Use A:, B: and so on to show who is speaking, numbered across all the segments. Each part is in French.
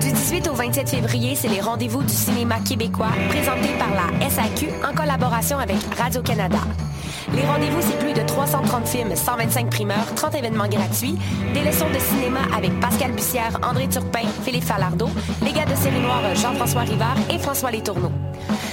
A: 18 au 27 février, c'est les rendez-vous du cinéma québécois présentés par la SAQ en collaboration avec Radio-Canada. Les rendez-vous, c'est plus de 330 films, 125 primeurs, 30 événements gratuits, des leçons de cinéma avec Pascal Bussière, André Turpin, Philippe Falardeau, les gars de série noire Jean-François Rivard et François Letourneau.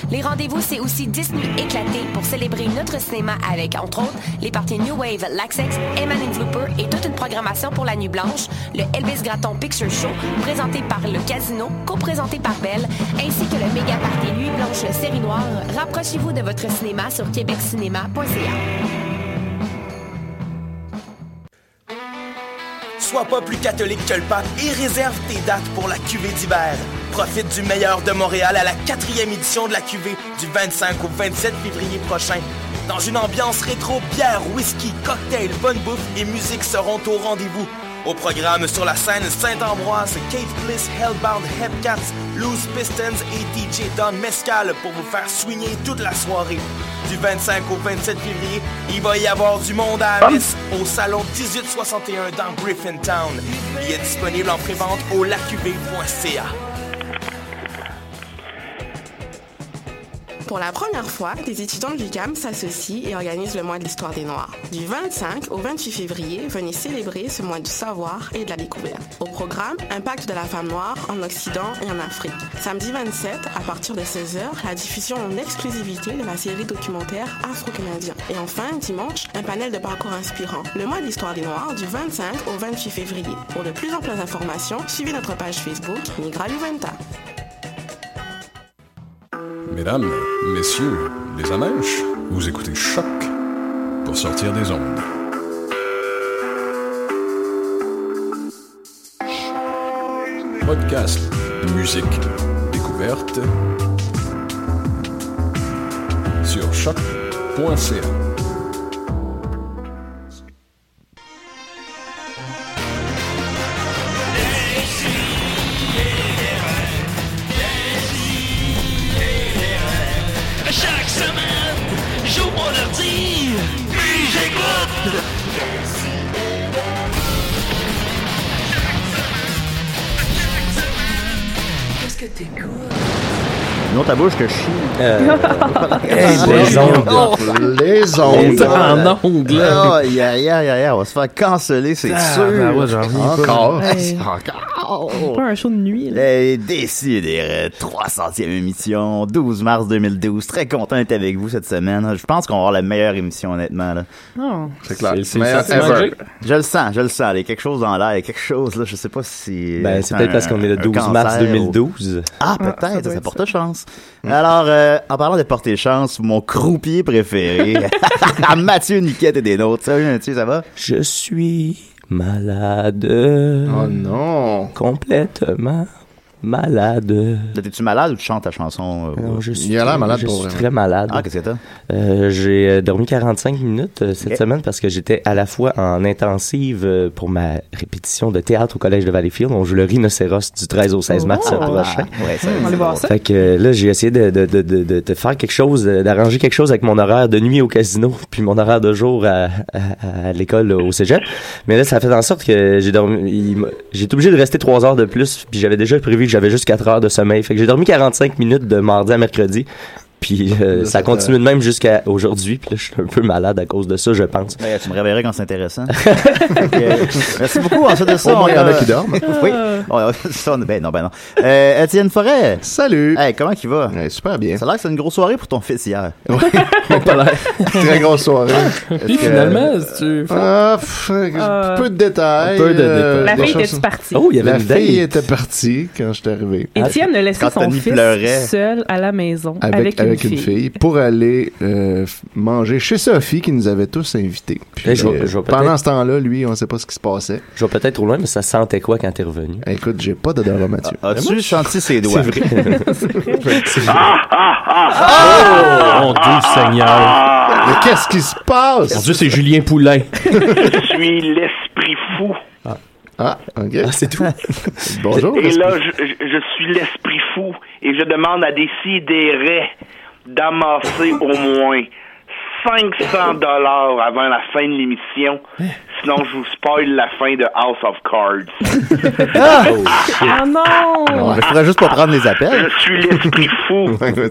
A: Les rendez-vous, c'est aussi 10 nuits éclatées pour célébrer notre cinéma avec, entre autres, les parties New Wave, Laxex, Eman Flooper et toute une programmation pour la Nuit Blanche, le Elvis Gratton Picture Show, présenté par le Casino, co-présenté par Belle, ainsi que le méga party Nuit Blanche Série Noire. Rapprochez-vous de votre cinéma sur québeccinéma.ca.
B: Sois pas plus catholique que le pape et réserve tes dates pour la cuvée d'hiver. Profite du meilleur de Montréal à la quatrième édition de la cuvée du 25 au 27 février prochain. Dans une ambiance rétro, bière, whisky, cocktail, bonne bouffe et musique seront au rendez-vous. Au programme sur la scène Saint-Ambroise, Kate Bliss, Hellbound, Hepcats, Loose Pistons et DJ Don Mescal pour vous faire swinguer toute la soirée. Du 25 au 27 février, il va y avoir du monde à Miss au salon 1861 dans Griffintown. Il est disponible en prévente au lacubé.ca.
C: Pour la première fois, des étudiants de l'UQAM s'associent et organisent le mois de l'histoire des Noirs. Du 25 au 28 février, venez célébrer ce mois du savoir et de la découverte. Au programme, Impact de la femme noire en Occident et en Afrique. Samedi 27, à partir de 16h, la diffusion en exclusivité de la série documentaire Afro-Canadien. Et enfin, dimanche, un panel de parcours inspirants. Le mois de l'histoire des Noirs du 25 au 28 février. Pour de plus amples informations, suivez notre page Facebook Migra Juventa.
D: Mesdames, messieurs, les amèches, vous écoutez Choc pour sortir des ondes. Podcast, musique, découverte sur choc.ca.
E: Chaque semaine, j'ouvre mon ordi, puis j'écoute. Qu'est-ce que t'écoutes?
F: Non, ta bouche te chie.
G: les
F: ondes. Les
G: ondes.
F: ondes.
G: En ondes, là.
F: Oh, yeah, yeah, yeah, yeah. On va se faire canceller, c'est
G: Ah,
F: sûr.
G: ben ouais, j'en reviens pas.
F: Encore.
G: Hey.
F: Encore.
H: Pas un show de nuit, là.
F: Les euh, décidérés, 300e émission, 12 mars 2012. Très content d'être avec vous cette semaine. Je pense qu'on va avoir la meilleure émission, honnêtement. là.
H: Non.
F: C'est clair.
G: C'est- c'est le sentiment que
F: Je le sens, je le sens. Il y a quelque chose dans l'air, il y a quelque chose, là, je sais pas si...
I: Ben, c'est peut-être
F: un-
I: parce qu'on est le
F: un
I: 12 mars
F: cancer ou-
I: 2012.
F: Ah, peut-être, ça, porte chance.
I: Hmm.
F: Alors, euh, en parlant de porter chance, mon croupier préféré, Mathieu Niquette et des nôtres. Salut Mathieu, ça va?
I: Je suis malade. Oh
F: non!
I: Complètement malade.
F: T'es-tu malade ou tu chantes ta chanson? euh,
I: Non,
F: ouais?
I: je suis très- je suis très malade.
F: Ah, qu'est-ce que t'as?
I: Euh, j'ai euh, dormi 45 minutes euh, cette
F: Ok.
I: semaine parce que j'étais à la fois en intensive euh, pour ma répétition de théâtre au collège de Valleyfield. On joue le rhinocéros du 13 au 16 mars
F: Oh!
I: prochain.
F: Ah, ouais, ça, On va c'est aller voir drôle. ça.
I: Fait que euh, là, j'ai essayé de, de, de, de, de- de faire quelque chose, euh, d'arranger quelque chose avec mon horaire de nuit au casino puis mon horaire de jour à, à- à l'école euh, au cégep. Mais là, ça a fait en sorte que j'ai dormi, il m'a- j'ai été obligé de rester 3 heures de plus puis j'avais déjà prévu que j'avais juste 4 heures de sommeil. Fait que j'ai dormi 45 minutes de mardi à mercredi. Puis euh,
F: Là,
I: ça
F: ça
I: continue
F: fait-
I: de même jusqu'à aujourd'hui. Puis là, je suis un peu malade à cause de ça, je pense.
F: Ben, tu me réveillerais quand c'est intéressant. Fait que, euh, merci beaucoup. Ensuite de ça,
I: Au moins,
F: on
I: il y en a
F: euh,
I: qui dorment. Euh.
F: oui. On- ça, on- ben non, ben non. Euh, Étienne Forêt.
J: Salut.
F: Hey, comment tu vas?
J: super bien.
F: Ça a l'air que c'est une grosse soirée pour ton fils hier. Oui,
J: Très grosse soirée.
F: Puis finalement,
J: tu. Ah, pff,
K: Euh,
J: peu de détails.
F: Peu de
J: euh,
F: détails.
J: des
F: La fille
J: choses-
F: était-tu partie? Oh, il y avait
J: La
F: une
J: fille
F: date.
J: était
K: Ah.
J: partie quand je suis arrivé.
K: Étienne a laissé son fils seul à la maison avec,
J: avec, avec
K: une, fille.
J: pour aller euh, f- manger chez Sophie qui nous avait tous invités. Puis,
I: Eh, je vais-
J: euh,
I: je vais peut-être-
J: pendant ce temps-là, lui, on ne sait pas ce qui se passait.
I: Je vais peut-être trop loin, mais ça sentait quoi quand t'es revenu?
J: Écoute, j'ai pas d'odorat, Mathieu.
I: Ah,
F: as-tu senti ses doigts?
I: C'est vrai.
G: Mon Dieu, Seigneur.
J: Mais qu'est-ce qui se passe?
G: Mon Dieu, c'est Julien Poulain.
L: Je suis l'esprit fou.
J: Ah, ok.
I: c'est tout.
J: Bonjour.
L: Et là, je, je- je suis l'esprit fou et je demande à des sidérés d'amasser au moins 500 dollars avant la fin de l'émission. Sinon, je vous spoil la fin de House of Cards.
K: Ah non!
F: On ne ferait juste pas prendre les appels.
L: Je suis l'esprit fou.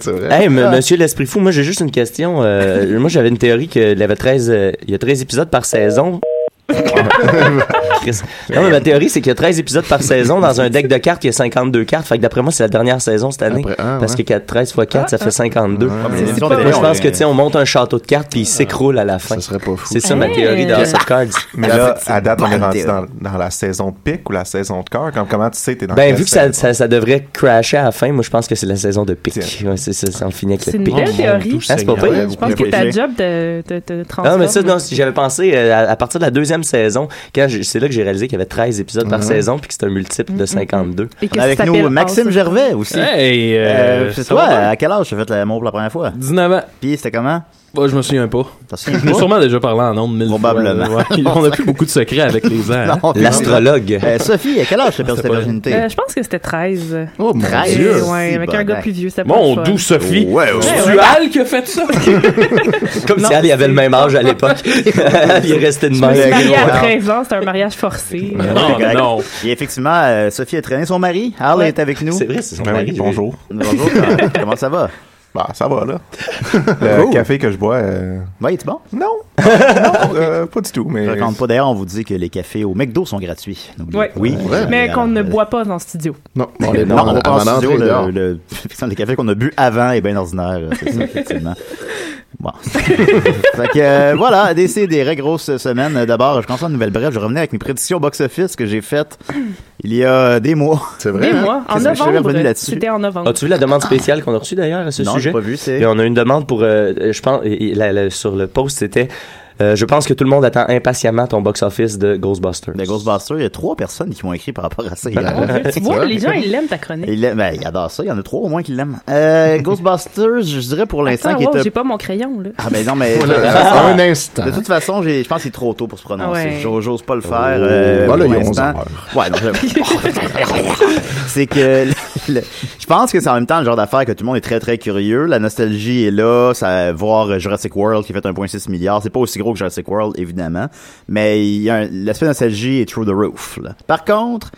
J: Ah.
I: Hey, m- monsieur l'esprit fou, moi j'ai juste une question. Euh, moi j'avais une théorie qu'il y avait 13, euh, il y a 13 épisodes par saison. Chris. non, mais ma théorie, c'est qu'il y a 13 épisodes par saison dans un deck de cartes, il y a 52 cartes. Fait que d'après moi, c'est la dernière saison cette année. parce que 4, 13 x 4,
K: Ah,
I: ça fait 52.
F: mais
I: Moi,
F: les émissions de télé,
I: je
F: on
I: pense
F: est-
I: que, tu sais, on monte un château de cartes puis il s'écroule à la fin. Ah. Ça serait pas fou. C'est ça ma
K: Hey.
I: théorie d'House of Cards.
H: Mais là, à date, on est
I: bonne
H: rendu dans,
I: théorie.
H: dans la saison de pic ou la saison de cœur. Comme, comment tu sais, t'es dans
I: Ben,
H: quelle
I: vu que ça, ça, ça devrait crasher à la fin, moi, je pense que c'est la saison de pic. Ouais, c'est ça, ça en finit avec
K: C'est
I: le
K: une
I: pic.
K: belle théorie.
I: Ah, c'est pas pire.
K: Je pense que ta job de, de, de
I: Non,
K: transforme.
I: mais ça, non, si j'avais pensé euh, à, à partir de la deuxième saison, quand j'ai- c'est là que j'ai réalisé qu'il y avait 13 épisodes par
F: Mhm.
I: saison puis que c'était un multiple
G: Mhm.
I: de 52.
K: Et que
F: On a Avec
K: ça
F: nous,
K: s'appelle
F: Maxime
K: House of
F: Gervais aussi.
G: Hey, euh,
F: c'est
G: ça
F: toi,
G: va bien?
F: à quel âge tu as fait l'amour pour la première fois?
G: 19 ans.
F: Puis c'était comment?
G: Bah, je me souviens pas.
F: souviens
G: Je l'ai
F: pas?
G: sûrement déjà parlé en nombre mille
F: Probablement.
G: fois. Ouais. On n'a plus beaucoup de secrets avec les ans.
F: Non,
G: hein. Ah,
I: L'astrologue.
F: Euh, Sophie, à quel âge tu as perdu ta
G: pas-
F: virginité?
K: Euh, je pense que c'était 13.
F: Oh, mon 13? Dieu.
K: Euh, Ouais, avec
F: Si, ben,
K: un gars
F: bon,
K: plus vieux, c'était pas
G: Mon
K: le fun.
G: doux Sophie.
F: Ouais, ouais.
G: C'est
K: ouais.
G: Al qui a fait ça.
I: Comme si elle avait le même âge à l'époque. il est resté de
K: Je me suis
I: même.
K: mariée à 13 ans, c'était un mariage forcé.
F: Ouais,
G: Non,
F: c'est correct.
G: Oh, non.
F: Et effectivement, euh, Sophie a traîné son mari. Ah, Al
K: Ouais.
F: est avec nous.
I: C'est vrai, c'est son
H: Ben oui,
I: mari.
H: bonjour.
F: Bonjour, comment- comment ça va?
H: Bah, ça va, là. Le
F: Cool.
H: café que je bois, euh,
F: Oui, est bon?
H: non. non euh, pas du tout, mais.
F: Je raconte pas. D'ailleurs, on vous dit que les cafés au McDo sont gratuits. N'oubliez
K: Ouais.
F: pas.
J: Oui.
F: Euh,
K: Mais qu'on ne
F: euh,
K: boit pas dans le studio.
J: Non, on les
F: Non,
J: boit
F: on va
J: avant
F: pas en
J: d'entrer
F: studio,
J: dehors.
F: le, le- effectivement, les cafés qu'on a bu avant est bien ordinaire, euh, c'est ça, effectivement. Bon. fait que, euh, voilà, des, des grosses semaines. D'abord, je commence en nouvelle brève. Je revenais avec mes prédictions box-office que j'ai faites il y a des mois.
J: C'est vrai.
K: Mais
J: hein?
K: moi, en
F: Qu'est-ce que je suis
K: novembre,
F: revenu là-dessus?
K: c'était en novembre.
I: As-tu vu la demande spéciale qu'on a reçue d'ailleurs à ce
F: non, j'ai
I: sujet?
F: pas vu, c'est...
I: Et on a une demande pour, euh, je pense, et- et la- la- sur le post, c'était euh, Je pense que tout le monde attend impatiemment ton box-office de Ghostbusters.
F: De Ghostbusters, il y a trois personnes qui m'ont écrit par rapport à ça.
K: Mon Dieu, Tu vois,
J: vrai.
K: les gens, ils l'aiment ta chronique.
F: Il, aime- ben, il adore ça, il y en a trois au moins qui l'aiment. Euh, Ghostbusters, je dirais pour l'instant
K: Attends,
F: qu'il
K: wow,
F: est
K: j'ai
F: un...
K: pas mon crayon, là.
F: Ah ben non, mais...
J: Voilà. Un instant.
F: De toute façon, j'ai- je pense que c'est trop tôt pour se prononcer.
K: Ouais.
F: J'ose- J'ose pas le faire. euh,
J: Oh, Voilà,
F: pour
J: ils ont
F: l'instant.
J: 11
F: Ouais, non, j'avoue. C'est que le- le- je pense que c'est en même temps le genre d'affaire que tout le monde est très très curieux. La nostalgie est là. Ça, voir Jurassic World qui fait 1,6 milliard, c'est pas aussi gros que Jurassic World évidemment, mais il y a un- l'aspect nostalgie est through the roof. là. Par contre.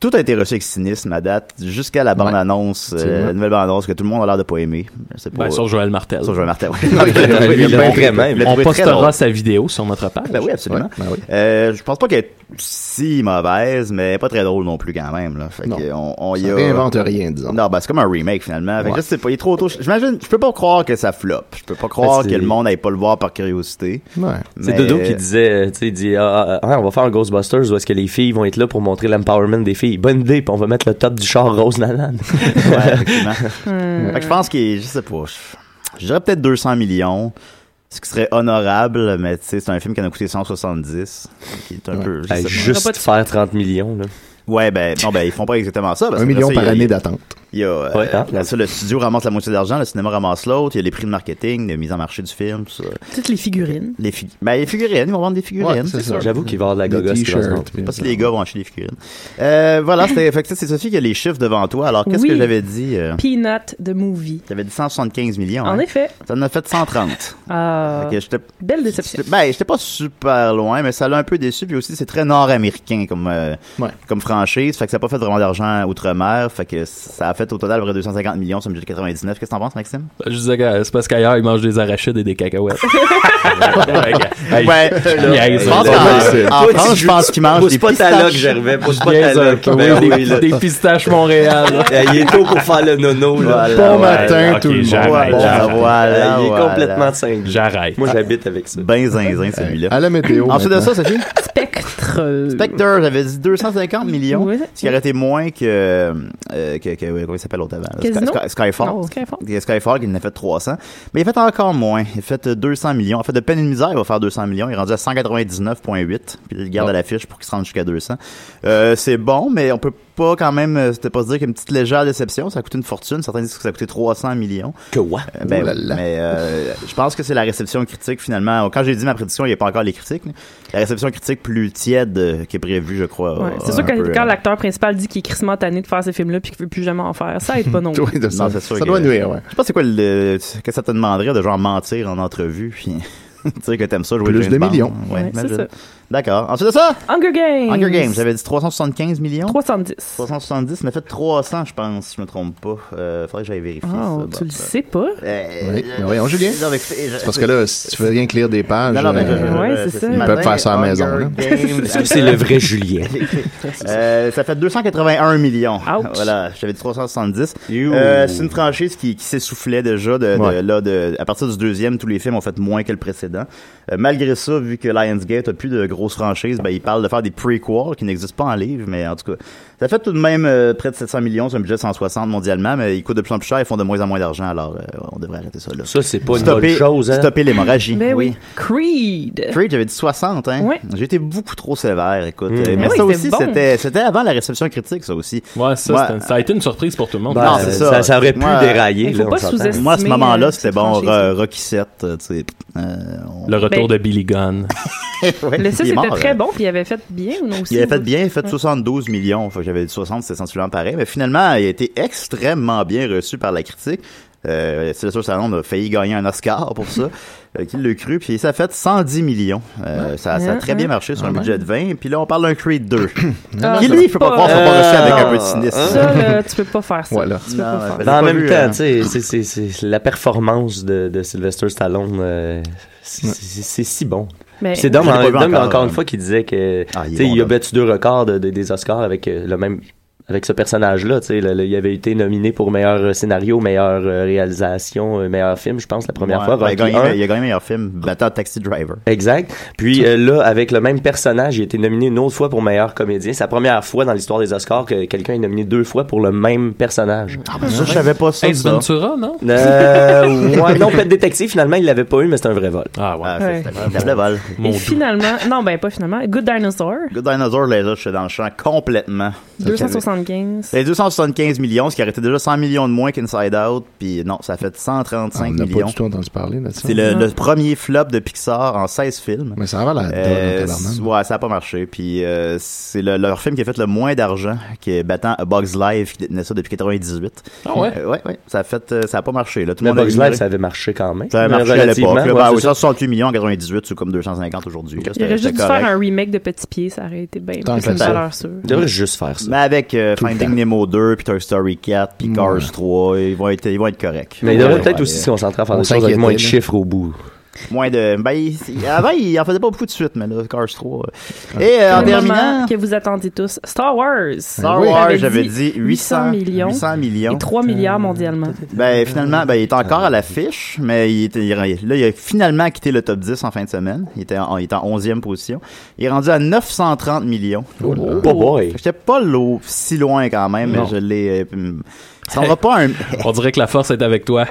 F: Tout a été reçu avec cynisme à date, jusqu'à la bande-annonce, euh, la nouvelle bande-annonce que tout le monde a l'air de pas aimer. Je sais pas.
G: Ben, Sur Joël Martel.
F: Sauf Joël Martel. oui.
I: Lui, il l'aime
F: On-
I: vraiment.
F: il l'a
G: On
F: trouvé très drôle.
G: postera sa vidéo sur notre page.
F: Ben oui, absolument.
J: ben oui.
F: Euh, je pense pas qu'elle est si mauvaise, mais pas très drôle non plus quand même. Là. Fait
J: Non.
F: que on, on y
J: Ça
F: a...
J: réinvente rien, disons.
F: Non, ben c'est comme un remake finalement. Fait que
J: Ouais.
F: je sais pas, il est trop tôt. J'imagine, je peux pas croire que ça floppe. Je peux pas croire
I: Ben,
F: que
I: c'est-
F: le monde n'aille pas le voir par curiosité.
J: Ouais.
I: C'est
F: Mais-
I: Dodo qui disait, euh, tu sais, il dit, ah, ah, ah, on va faire un Ghostbusters où est-ce que les filles vont être là pour montrer l'empowerment des filles. Bonne idée, puis on va mettre le top du char rose nanan.
F: Ouais, effectivement. Fait que je pense qu'il, je sais pas, je- je dirais peut-être 200 millions. Ce qui serait honorable, mais tu sais, c'est un film qui en a coûté 170. Qui est un peu. je sais
I: Hey,
F: pas.
K: On va
I: juste
K: pas-
I: faire 30 millions, là.
F: Ouais, ben, non, ben, ils font pas exactement ça. parce
J: Un
F: que
J: million
F: après ça,
J: par
F: il y a-
J: année d'attente.
F: Il y a, euh,
I: Ouais, hein?
F: là, ça, le studio ramasse la moitié de l'argent, le cinéma ramasse l'autre, il y a les prix de marketing, de mise en marché du film, tout ça.
K: Toutes les figurines.
F: Les, fi- ben, les figurines, ils vont vendre des figurines.
J: Ouais, c'est ça.
I: J'avoue qu'il va y avoir de la
J: Des
I: gogosse qui va se
J: t-shirts.
I: rendre.
F: Je sais pas si les gars vont acheter des figurines. Euh, voilà, c'était, fait que ça, c'est Sophie qui a les chiffres devant toi. Alors, qu'est-ce
K: Oui.
F: que j'avais dit? euh,
K: Peanut de movie.
F: j'avais dit 175 millions. hein?
K: En effet.
F: Ça en a fait 130.
K: Ah,
F: Fait que j'étais,
K: Belle déception.
F: j'étais- ben, j'étais pas super loin, mais ça l'a un peu déçu. Puis aussi, c'est très nord-américain comme, euh,
J: Ouais.
F: comme franchise. Fait que ça n'a pas fait vraiment d'argent outre-mer. Fait que ça a fait au total à peu près 250 millions sur le budget de 99. Qu'est-ce que t'en penses, Maxime?
G: Je disais que c'est parce qu'ailleurs, ils mangent des arachides et des cacahuètes. Hey,
I: Ben,
F: Ouais,
I: euh,
G: niaise,
F: je pense
G: là.
F: qu'en- Ah, en, France, je pense qu'ils mangent des
I: Pousse pas ta loque,
F: pistaches.
I: Gervais. Pousse pas ta
G: niaise, euh,
I: loque. Ben
G: oui,
I: oui, là.
G: des, des pistaches Montréal.
I: Hey, Il est tôt pour faire le nono, là.
F: Voilà,
J: Bon
F: ouais.
J: matin,
G: ok,
J: tout le
G: j'arrête,
J: monde.
F: Voilà,
G: j'arrête.
J: Bon,
F: Ah, voilà,
I: Il est
F: voilà.
I: complètement simple.
G: J'arrête.
I: Moi, j'habite avec ça.
F: Ben zinzin, celui-là.
J: À la météo.
F: Ensuite de
J: maintenant.
F: ça, Sophie,
K: Spectre. euh,
F: Spectre, j'avais dit 250 millions,
K: Oui.
F: ce qui aurait été moins que, euh, que, que- comment il s'appelle l'autre avant, là?
K: Casino?
F: Sky- Sky- Skyfall.
K: Non, Skyfall.
F: Il y a Skyfall qui en a fait 300, mais il a fait encore moins, il a fait euh, 200 millions, en fait de peine et de misère il va faire 200 millions, il est rendu à 199.8, puis il le garde à l'affiche pour qu'il se rende jusqu'à 200. Euh, c'est bon, mais on peut pas quand même, euh, c'était pas se dire qu'une petite légère déception, ça a coûté une fortune. Certains disent que ça a coûté 300 millions.
I: Que what?
F: Euh, ben
I: Oh là
F: oui,
I: là.
F: Mais euh, je pense que c'est la réception critique finalement. Quand j'ai dit ma prédiction, il n'y a pas encore les critiques. mais La réception critique plus tiède euh, qui est prévue, je crois.
K: Ouais.
F: euh,
K: C'est sûr
F: un
K: que
F: peu,
K: quand
F: euh,
K: l'acteur principal dit qu'il est crissement tanné de faire ces films-là puis qu'il veut plus jamais en faire, ça aide pas non plus.
F: Non, c'est sûr que- Je sais pas c'est quoi le, ce que ça te demanderait de genre mentir en entrevue puis dire que t'aimes ça jouer
J: Plus
F: James
J: de
F: Bond.
J: millions.
F: Ouais,
K: Ouais, c'est
F: imagine.
K: ça.
F: D'accord. Ensuite de ça,
K: Hunger Games.
F: Hunger Games, j'avais dit 375 millions.
K: 310.
F: 370, mais fait 300 je pense, si je me trompe pas. Euh, faudrait que j'aille vérifier
K: Oh,
F: ça. Bon,
K: tu le
F: ça.
K: sais pas?
F: Euh,
J: Oui, mais voyons, Julien.
F: Non, mais c'est- je-
J: C'est parce que là, si tu veux rien que lire des pages,
F: Non, non, mais je-
J: euh,
F: je- je- ce
J: ils
F: matin,
J: peuvent faire ça à la maison.
F: Hunger
J: là.
F: Games.
I: C'est le vrai Julien.
F: Euh, ça fait 281 millions. Voilà, j'avais dit 370. Euh, c'est une franchise qui, qui s'essoufflait déjà. De, de-
J: Ouais.
F: là, de, à partir du deuxième, tous les films ont fait moins que le précédent. Euh, malgré ça, vu que Lionsgate a plus de grosses franchises, ben, ils parlent de faire des prequels qui n'existent pas en livre, mais en tout cas, ça fait tout de même euh, près de 700 millions, c'est un budget de 160 mondialement, mais ils coûtent de plus en plus cher, ils font de moins en moins d'argent, alors euh, on devrait arrêter ça. Là.
I: Ça, c'est pas une
F: Stopper-
I: bonne chose, hein?
F: Stopper l'hémorragie.
K: Ben oui. Creed.
F: Eh Creed, j'avais Euh, dit 60, hein?
K: Ouais.
F: J'ai été beaucoup trop sévère, écoute. Euh, Mais
G: Ah oui,
F: ça
G: c'est
F: aussi,
G: bon.
F: c'était c'était avant la réception critique, ça aussi.
G: Ouais, ça,
F: Moi-
G: c'était- ça a été une surprise pour tout le monde.
F: non, c'est ça. Moi,
G: là, on s'entend.
F: euh, Moi, à ce
K: euh,
F: moment-là, c'était bon,
G: franchise-là.
F: Ro- Rocky 7, euh, tu sais.
G: Le retour
K: Ben-
G: de Billy Gunn.
F: ouais,
K: Le 6
F: il est
K: était
F: mort,
K: très
F: hein.
K: bon, puis il avait fait bien ou non aussi?
F: Il avait fait bien, il a fait
K: Ouais.
F: 72 millions. Fait que j'avais dit 60, c'était sensiblement pareil. Mais finalement, il a été extrêmement bien reçu par la critique. Euh, c'est sûr, Salon a failli gagner un Oscar pour ça. euh, qu'il l'a cru. Puis ça a fait 110 millions. Euh, ça, ça a
K: Hein,
F: très bien
K: hein.
F: marché sur un
K: Ah,
F: budget de 20. Puis là, on parle d'un Creed 2.
K: Ah,
F: qui,
K: ça,
F: lui,
K: c'est
F: je peux pas
K: pas-
F: croire, faut pas reçu avec un
I: Ah,
F: peu de cynisme.
K: Ça, là, tu peux pas faire ça.
I: Voilà.
K: Tu peux pas faire ça.
I: Mais en
F: pas
I: même
F: vu,
I: temps,
F: hein.
I: tu sais, c'est- c'est- c'est la performance de, de Sylvester Stallone, euh, c'est- c'est c'est si bon.
K: Mais-
I: Puis C'est Dom,
F: Je l'ai pas
I: en-
F: vu
I: Dom,
F: encore,
I: encore
F: euh,
I: une fois, qui disait que
F: il est
I: tu sais,
F: bon,
I: il a
F: Dom.
I: battu deux records de- de- des Oscars avec euh, le même avec ce personnage-là. tu sais, le- le- Il avait été nominé pour meilleur euh, scénario, meilleure euh, réalisation, euh, meilleur film, je pense, la première
F: Ouais,
I: fois.
F: ben, il, a Ah.
I: Rocky
F: gagné,
I: 1.
F: il a gagné meilleur film, battant Taxi Driver.
I: Exact. Puis euh, là, avec le même personnage, il a été nominé une autre fois pour meilleur comédien. C'est la première fois dans l'histoire des Oscars que quelqu'un est nominé deux fois pour le même personnage. Ah
F: ben ça, je savais pas ça, Ace ça. Ventura,
G: non?
I: Euh, ouais, non, Pet Détective, finalement, il l'avait pas eu, mais c'est un vrai vol.
G: Ah ouais.
K: Ouais.
F: C'était un véritable vol.
K: Et finalement, non, ben pas finalement, Good Dinosaur,
F: Good Dinosaur, là, je suis dans le champ complètement.
K: 275.
F: C'est 275 millions, ce qui aurait été déjà 100 millions de moins qu'Inside Out, puis non, ça fait 135
J: On n'a
F: millions.
J: pas du tout entendu parler là-dessus.
F: C'est le, le premier flop de Pixar en 16 films.
J: Mais ça va la
F: Euh,
J: donne,
F: c-
J: tabarnak.
F: ouais, ça a pas marché. Puis euh, c'est le- leur film qui a fait le moins d'argent, qui est battant A Bug's Life, qui détenait ça depuis 98.
G: Ah ouais?
F: Euh, ouais, ouais. Ça a fait, euh, ça a pas marché. Là, tout le
I: Le
F: monde a
I: Bugs
F: ignoré.
I: Life, ça avait marché quand même.
F: Ça a
I: Mais
F: marché à l'époque.
I: relativement,
F: là.
I: ouais,
F: Ben
I: c'est
F: oui,
I: ça.
F: 168 millions en 98, c'est comme 250 aujourd'hui. là.
K: Il
F: C'était-
K: aurait juste
F: c'était
K: dû
F: correct.
K: faire un remake de Petit Pied, ça aurait été bien
F: Tant
K: plus
F: que
K: de
F: ça.
K: valeur sûre.
I: Il devrait juste faire ça.
F: Mais avec euh,
I: Tout le
F: Finding
I: temps.
F: Nemo 2, puis Toy Story 4, puis Cars 3, ils vont être, ils vont être corrects.
I: Mais il devrait
F: Ouais,
I: peut-être
F: ouais.
I: aussi se concentrer à faire
F: On
I: des choses avec
F: s'inquiétait,
I: moins
F: là.
I: de chiffres au bout.
F: Moins de. Ben, il- il- avant, il en faisait pas beaucoup de suite, mais là, Cars 3. euh. Et euh, en
K: Le moment
F: terminant.
K: que vous attendiez tous, Star Wars.
F: Star Wars, j'avais dit 800
K: millions.
F: 800 millions.
K: Et 3 milliards mondialement.
F: Ben, finalement, ben, il est encore à l'affiche, mais il était, il- là, il a finalement quitté le top 10 en fin de semaine. Il était en, il était en 11e position. Il est rendu à 930 millions.
I: Oh là. Oh boy.
F: J'étais pas lo- si loin quand même, mais
G: Non.
F: je l'ai. euh, hum, ça en va pas un.
G: On dirait que la force est avec toi.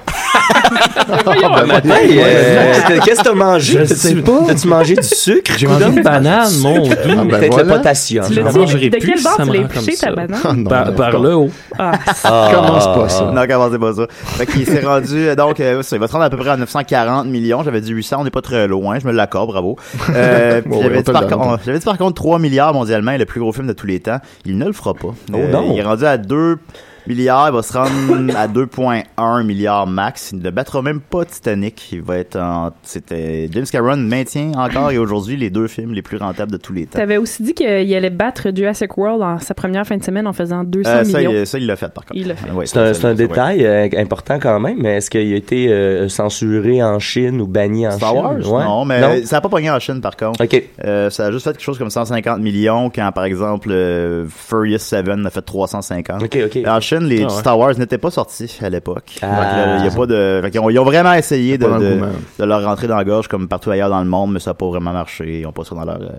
I: Hey, euh, Qu'est-ce que t'as mangé?
G: Je sais
I: T'as-tu- T'as-tu mangé du sucre? Ah,
G: J'ai mangé une banane, mon Dieu.
I: Peut-être
G: ben
I: le
G: voilà.
I: potassium.
G: Tu l'as dit, de
I: mangerais
G: quel
I: plus,
G: bord
I: ça
G: tu
I: me
G: l'as
I: rend comme
G: épluché,
I: ça.
G: ta banane? Ah non,
F: Par- par
G: le haut.
K: Ah,
F: Commence pas ça.
I: Ah.
F: Non, commencez pas ça. Fait qu'il s'est rendu, euh, donc, euh, ça, il va se rendre à peu près à 940 millions. J'avais dit 800, on n'est pas très loin. Je me l'accorde, bravo. Euh, puis
J: Ouais,
F: j'avais
J: on
F: dit,
J: te
F: par
J: le donne.
F: con- j'avais dit par contre 3 milliards mondialement, est le plus gros film de tous les temps. Il ne le fera pas. Euh,
I: Oh non.
F: Il est rendu à 2 milliards, il va se rendre à 2.1 milliards max. Il ne battra même pas Titanic. Il va être en, c'était, James Cameron maintient encore et aujourd'hui les deux films les plus rentables de tous les temps.
K: T'avais aussi dit qu'il allait battre Jurassic World en sa première fin de semaine en faisant 200
F: Euh, ça,
K: millions.
F: il- ça, il l'a fait par contre.
K: Il l'a fait.
F: Ouais,
I: C'est un,
F: ça,
I: c'est un
F: Ben, ça, ouais.
I: détail euh, important quand même, mais est-ce qu'il a été euh, censuré en Chine ou banni en
F: Star
I: Chine?
F: Wars?
I: Ouais.
F: Non, mais ça n'a pas pogné en Chine, par contre. Euh, ça a juste fait quelque chose comme 150 millions quand, par exemple, euh, Furious 7 a fait 350.
I: Ok, ok.
F: En Chine, les
I: Ah ouais.
F: Star Wars n'étaient pas sortis à l'époque.
I: Ah.
F: Donc, là, il y a pas de... fait qu'ils ont- ils, ont, vraiment essayé de,
J: pas
F: de,
J: d'engouement.
F: de leur rentrer dans la gorge comme partout ailleurs dans le monde, mais ça n'a pas vraiment marché. Ils ont pas ça dans leur... euh,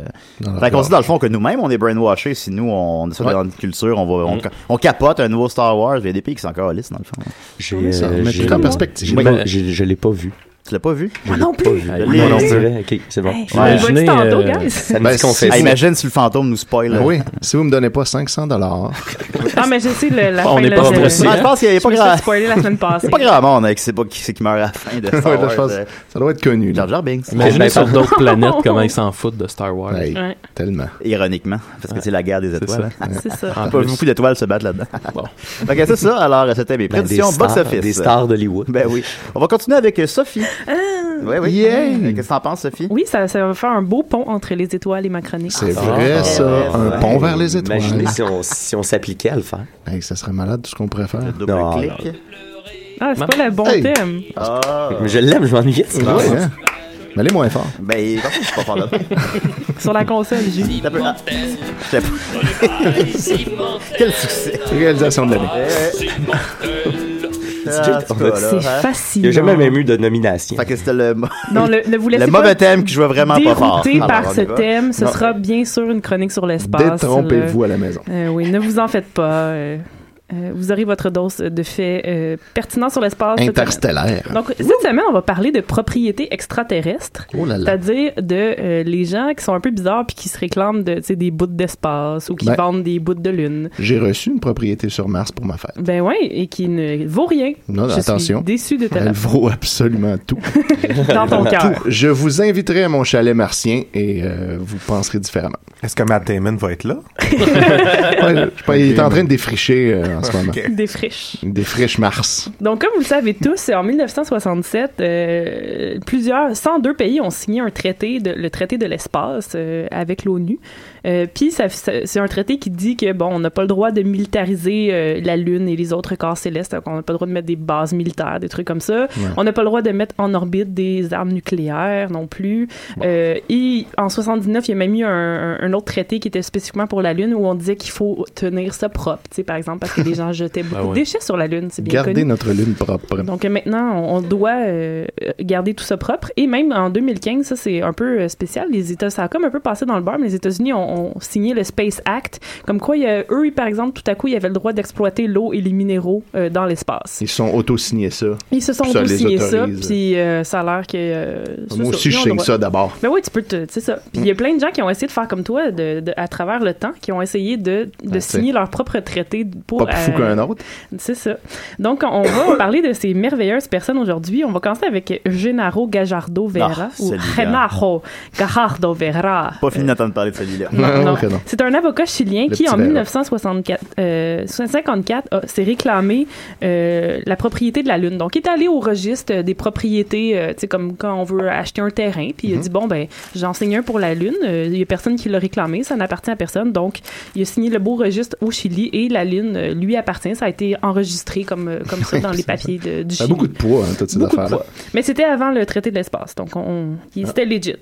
J: Dans leur
F: fait qu'on
J: gorge.
F: se dit dans le fond que nous-mêmes, on est brainwashés. Si nous, on est sur
J: Ouais.
F: dans une culture, on, va, on,
J: Mm.
F: on capote un nouveau Star Wars. Il y a des pays qui sont encore lisses, dans le fond.
I: J'ai,
F: Oui, ça
I: euh,
F: remet
I: j'ai-
F: tout en perspective.
I: j'ai-
F: Oui.
I: j'ai- je l'ai pas vu.
F: Tu l'as pas vu?
K: Ah
I: Moi non
F: Ah, plus.
I: Moi non plus. Ok, c'est bon.
F: Hey,
I: Je vais
F: je l'ai
I: imaginer,
F: pas dit tantôt,
I: euh,
F: guys.
I: ça me
J: Ben,
I: dit qu'on
J: si-
I: fait ça.
F: Ah, Imagine si le fantôme nous spoil.
J: oui, si vous me donnez pas 500 dollars.
K: Ah, mais je sais, le, la
J: On
K: fin,
J: est
K: là,
J: pas
K: je-
J: stressé,
F: hein? Je pense qu'il y avait
K: je
F: pas
K: me
F: grand-
K: suis spoilé la semaine
F: Il
K: passée.
F: n'y a pas grand monde hein, qui sait pas qui c'est qui meurt à la fin de Star
J: Ouais, là, je
F: Wars.
J: pense-
F: euh.
J: Ça doit être connu. là.
F: Jar Jar Binks.
G: Imaginez sur d'autres planètes comment ils s'en foutent de Star Wars.
F: Hey,
K: Ouais.
J: Tellement.
F: Ironiquement, parce que c'est la guerre des étoiles.
G: ça.
F: hein.
K: C'est ça.
F: Pas
G: En plus.
F: beaucoup d'étoiles se battent là-dedans. Bon. Donc, c'est ça. Alors, c'était mes
I: Ben, des
F: prédictions
I: stars-
F: box-office.
I: des stars d'Hollywood.
F: Ben oui. On va continuer avec euh, Sophie. Oui, oui. Euh, Qu'est-ce que t'en penses, Sophie?
K: Oui, ça, ça va faire un beau pont entre les étoiles et ma chronique.
J: C'est vrai, ça. Un
I: Ouais.
J: pont vers les étoiles.
I: Imaginez si on, si on s'appliquait à le faire.
J: Hey, ça serait malade tout ce qu'on pourrait faire.
I: Non, clic. non.
K: Ah, c'est pas le bon
J: Hey.
K: thème.
I: Mais Je l'aime, je m'ennuyais.
J: Ouais, hein. Mais allez moins fort.
F: Ben, je suis pas fort là
K: Sur la console, j'ai.
F: Quel succès.
J: Réalisation de l'année.
F: Ah,
K: C'est fascinant.
I: Il n'y a jamais même eu de nomination.
F: Fait que c'était le.
K: Non, le- ne vous laissez
F: Le
K: pas
F: mauvais thème que je vois vraiment pas fort.
K: dérouter
F: Alors,
K: par
F: on y
K: ce
F: va.
K: thème, ce
F: Non.
K: sera bien sûr une chronique sur l'espace.
J: Détrompez-vous
K: là.
J: à la maison.
K: Euh, oui, ne vous en faites pas. euh, euh, vous aurez votre dose de faits euh, pertinents sur l'espace. cette semaine.
J: Interstellaire.
K: Donc, cette semaine, on va parler de propriété extraterrestre.
J: Oh là là.
K: C'est-à-dire de euh, les gens qui sont un peu bizarres puis qui se réclament de, tu sais, des bouts d'espace ou qui
J: Ben.
K: vendent des bouts de lune.
J: J'ai reçu une propriété sur Mars pour ma fête.
K: Ben ouais, et qui ne vaut rien.
J: Non,
K: Je
J: attention.
K: suis déçu de ta
J: Elle vaut absolument tout.
K: Dans ton cœur.
J: Tout. Je vous inviterai à mon chalet martien et euh, vous penserez différemment.
H: Est-ce que Matt Damon va être là?
J: Ouais, je sais pas, il est en train de défricher euh, en ce moment.
K: Des friches.
J: Des friches Mars.
K: Donc, comme vous le savez tous, en 1967, euh, plusieurs, 102 pays ont signé un traité, de, le traité de l'espace euh, avec l'ONU. Euh, Puis, ça- ça- c'est un traité qui dit que, bon, on n'a pas le droit de militariser euh, la Lune et les autres corps célestes. Donc, on n'a pas le droit de mettre des bases militaires, des trucs comme ça. On n'a pas le droit de mettre en orbite des armes nucléaires non plus. Euh, et en 79, il y a même eu un, un- un autre traité qui était spécifiquement pour la Lune où on disait qu'il faut tenir ça propre, tu sais, par exemple, parce que les gens jetaient beaucoup de
J: ouais.
K: déchets sur la Lune. C'est bien
J: Gardez
K: connu.
J: notre lune propre.
K: Donc euh, maintenant, on on doit euh, garder tout ça propre. Et même en 2015, ça c'est un peu euh, spécial. Les États, ça a comme un peu passé dans le bar, mais les États-Unis ont, ont signé le Space Act, comme quoi il y a- eux, par exemple, tout à coup, ils avaient le droit d'exploiter l'eau et les minéraux euh, dans l'espace.
J: Ils se sont auto-signés ça.
K: Ils se sont
J: Ça les
K: aussi ça,
J: autorise.
K: puis euh, ça a l'air que. euh, c'est
J: Moi aussi,
K: Ils
J: je
K: ont
J: signe
K: droit.
J: ça d'abord.
K: Mais oui, tu peux te. C'est ça. Puis il y a plein de gens qui ont essayé de faire comme toi de, de- à travers le temps, qui ont essayé de, de
J: Ah,
K: signer
J: c'est-
K: leur propre traité pour.
J: Pas plus fou
K: euh,
J: qu'un autre.
K: C'est ça. Donc, on va parler de ces merveilleuses personnes aujourd'hui. On va commencer avec Gennaro Gajardo Vera
F: Ah,
K: ou
F: celui-là.
K: Gennaro Gajardo Vera.
F: Pas fini d'entendre parler de celui-là.
J: Euh,
K: Non, non. C'est un avocat chilien
F: Le
K: qui, en
F: petit verre.
K: 1954, euh, 54, a- s'est réclamé euh, la propriété de la Lune. Donc, il est allé au registre des propriétés, euh, tu sais, comme quand on veut acheter un terrain, puis il a
M: Mhm.
K: dit, bon, ben, j'en signe un pour la Lune. Euh, Il y a personne qui l'a réclamé, ça n'appartient à personne. Donc, il a signé le beau registre au Chili et la Lune euh, lui appartient. Ça a été enregistré comme, euh, comme ça dans les papiers de- du
J: Ça a
K: Chili.
J: beaucoup de poids, hein, toutes ces
K: Beaucoup de
J: affaires-là. Ah.
K: poids. Mais c'était avant le traité de l'espace, donc on, on- il- c'était legit.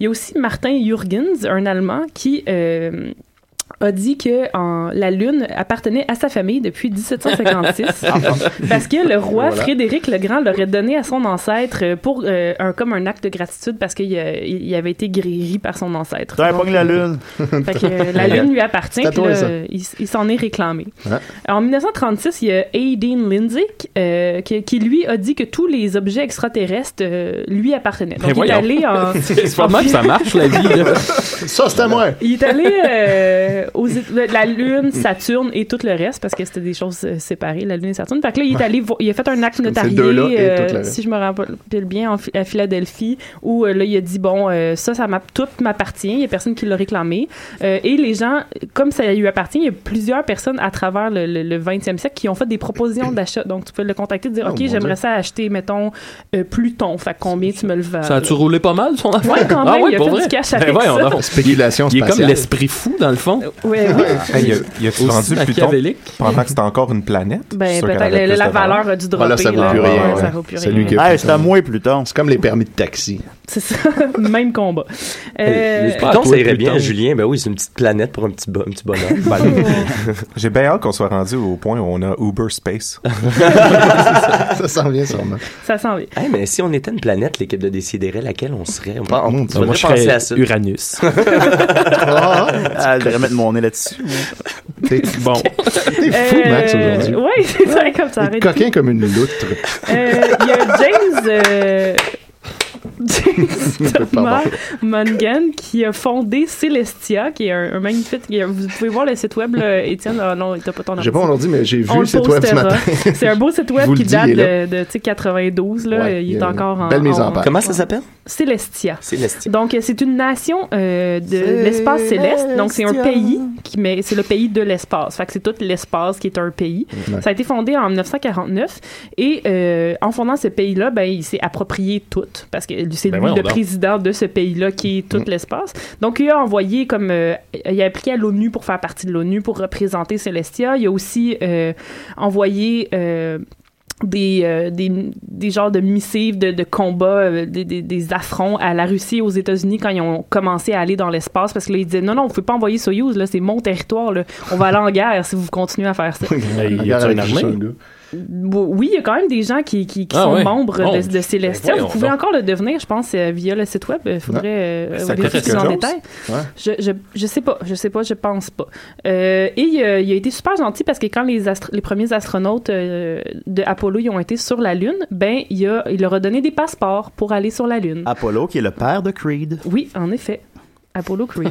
K: Il y a aussi Martin Jürgens, un Allemand, qui euh, a dit que en- la Lune appartenait à sa famille depuis 1756, parce que le roi
M: Voilà.
K: Frédéric le Grand l'aurait donné à son ancêtre euh, pour euh, un, comme un acte de gratitude parce qu'il euh, il il avait été guéri par son ancêtre.
F: T'as un
K: Donc,
F: pogne la
K: euh,
F: lune.
K: fait que, euh, la Lune lui appartient,
F: C'est à
K: puis
F: toi,
K: là,
F: ça.
K: euh, il, s- il s'en est réclamé.
J: Ah.
K: En 1936, il y a Aideen Lindsay euh, qui, qui, lui a dit que tous les objets extraterrestres euh, lui appartenaient. Donc,
G: Ben
K: il est
G: voyons.
K: allé en...
G: C'est pas
K: en-
G: mal que ça marche, la vie. là.
J: Ça, c'était moi.
K: Il est allé euh, aux Éta- la Lune, Saturne et tout le reste parce que c'était des choses euh, séparées, la Lune et Saturne. Fait que là, il est allé, vo- il a fait un acte
M: comme ces
K: notarié,
M: deux-là et
K: euh,
M: tout le reste.
K: si je me rappelle bien, en Phi- à Philadelphie, où euh, là, il a dit bon, euh, ça, ça m'a tout m'appartient. Il y a personne qui l'a réclamé. Euh, et les gens, comme ça lui appartient, il y a plusieurs personnes à travers le, le- le 20e siècle qui ont fait des propositions d'achat. Donc, tu peux le contacter, dire
G: Oh,
K: ok,
G: mon
K: j'aimerais
G: Dieu.
K: ça acheter, mettons, euh, Pluton. Fait que combien tu me le vends
G: Ça a-tu roulé pas mal, son affaire?
K: Ouais, quand
G: ah
K: même,
G: ouais,
K: il a
G: pour
K: fait
G: vrai.
K: du cash
G: Ben
K: avec
G: voyons
K: ça.
G: donc.
J: Spéculation
G: Il est comme
J: spatiale.
G: l'esprit fou, dans le fond.
K: Ouais, oui.
H: Ah, y a- y
G: Aussi
H: a-tu vendu le Pluton
G: machiavélique.
H: pendant que c'était encore une planète?
K: Ben,
H: C'est sûr
K: peut-être,
H: qu'elle avait
K: le-
H: plus
K: la
H: de valeur.
K: valeur a dû dropper.
J: Ah, là, ça vaut
K: là.
J: plus
K: Ouais,
J: rien.
K: ça vaut plus
J: Celui
K: rien.
J: qui a
K: Ah,
J: plus
K: c'est
J: de-
K: à
F: moi, Pluton.
J: C'est comme les permis de taxi.
K: C'est ça, même combat. Euh,
G: Ah,
I: Pluton, ça irait bien, Julien. Ben oui, c'est une petite planète pour un petit, bo- un petit bonhomme.
H: J'ai bien hâte qu'on soit rendu au point où on a Uber Space.
J: Ça s'en vient sûrement.
K: Ça s'en vient.
I: Hey, mais si on était une planète, l'équipe de Décidéré, laquelle on serait? On,
G: Mmh,
I: on,
J: Mon
I: on
J: Dieu.
I: devrait
J: Moi, je
I: penser
J: serais
I: à ça.
G: Uranus.
F: Ah, je vais mettre mon nez là-dessus.
G: Bon.
J: T'es fou,
K: Euh,
J: Max, aujourd'hui.
K: Oui, c'est ça, comme ça.
J: T'es
K: arrête.
J: coquin comme une loutre.
K: Euh, Il y a James euh, Thomas Mangan qui a fondé Celestia, qui est un, un magnifique. qui est- Vous pouvez voir le site web, là, Étienne. Ah non, t'as pas ton
J: J'ai pas
K: ordi.
J: mon ordi, mais j'ai vu
K: On
J: le site web ce
K: postera.
J: matin.
K: C'est un beau site
J: Je
K: web
J: vous
K: qui
J: le dis,
K: date
J: il est là.
K: de, de, tu sais, 92. Là.
J: Ouais,
K: il
J: il
K: est
J: y a une
K: encore en.
J: belle mise en
K: en-
J: page.
I: Comment ça s'appelle?
K: Celestia.
I: Célestia.
K: Donc, euh, c'est une nation euh, de l'espace céleste. Donc, c'est un
I: Célestia.
K: pays qui met, c'est le pays de l'espace. Fait que c'est tout l'espace qui est un pays.
I: Ouais.
K: Ça a été fondé en 1949 et euh, en fondant ce pays-là, ben, il s'est approprié tout parce que c'est
M: Ben
K: lui
M: voyons
K: le
M: donc.
K: président de ce pays-là qui est tout l'espace. Donc, il a envoyé comme, euh, il a appliqué à l'ONU pour faire partie de l'ONU pour représenter Celestia. Il a aussi euh, envoyé euh, des, euh, des, des genres de missives de, de combats, euh, des, des, des affronts à la Russie et aux États-Unis quand ils ont commencé à aller dans l'espace parce que là, ils disaient non, non, vous pouvez pas envoyer Soyuz, là, c'est mon territoire, là. on va aller en guerre si vous continuez à faire ça.
G: Il y a une armée.
K: Oui, il y a quand même des gens qui, qui, qui
G: Ah
K: sont
G: ouais.
K: membres
G: Oh,
K: de, de Celestia.
G: ben voyons
K: vous pouvez
G: donc.
K: encore le devenir, je pense, euh, via le site web. Il faudrait euh,
G: Ça coûte
K: vérifier
G: quelque
K: en
G: chose?
K: détail.
G: Ouais.
K: Je, je, je sais pas, je sais pas, je pense pas. Euh, et il, a- il a été super gentil parce que quand les, astro- les premiers astronautes euh, de Apollo ils ont été sur la Lune, ben il, a, il leur a donné des passeports pour aller sur la
G: Ah.
K: Lune.
F: Apollo, qui est le père de Creed.
K: Oui, en effet. Apollo Creed.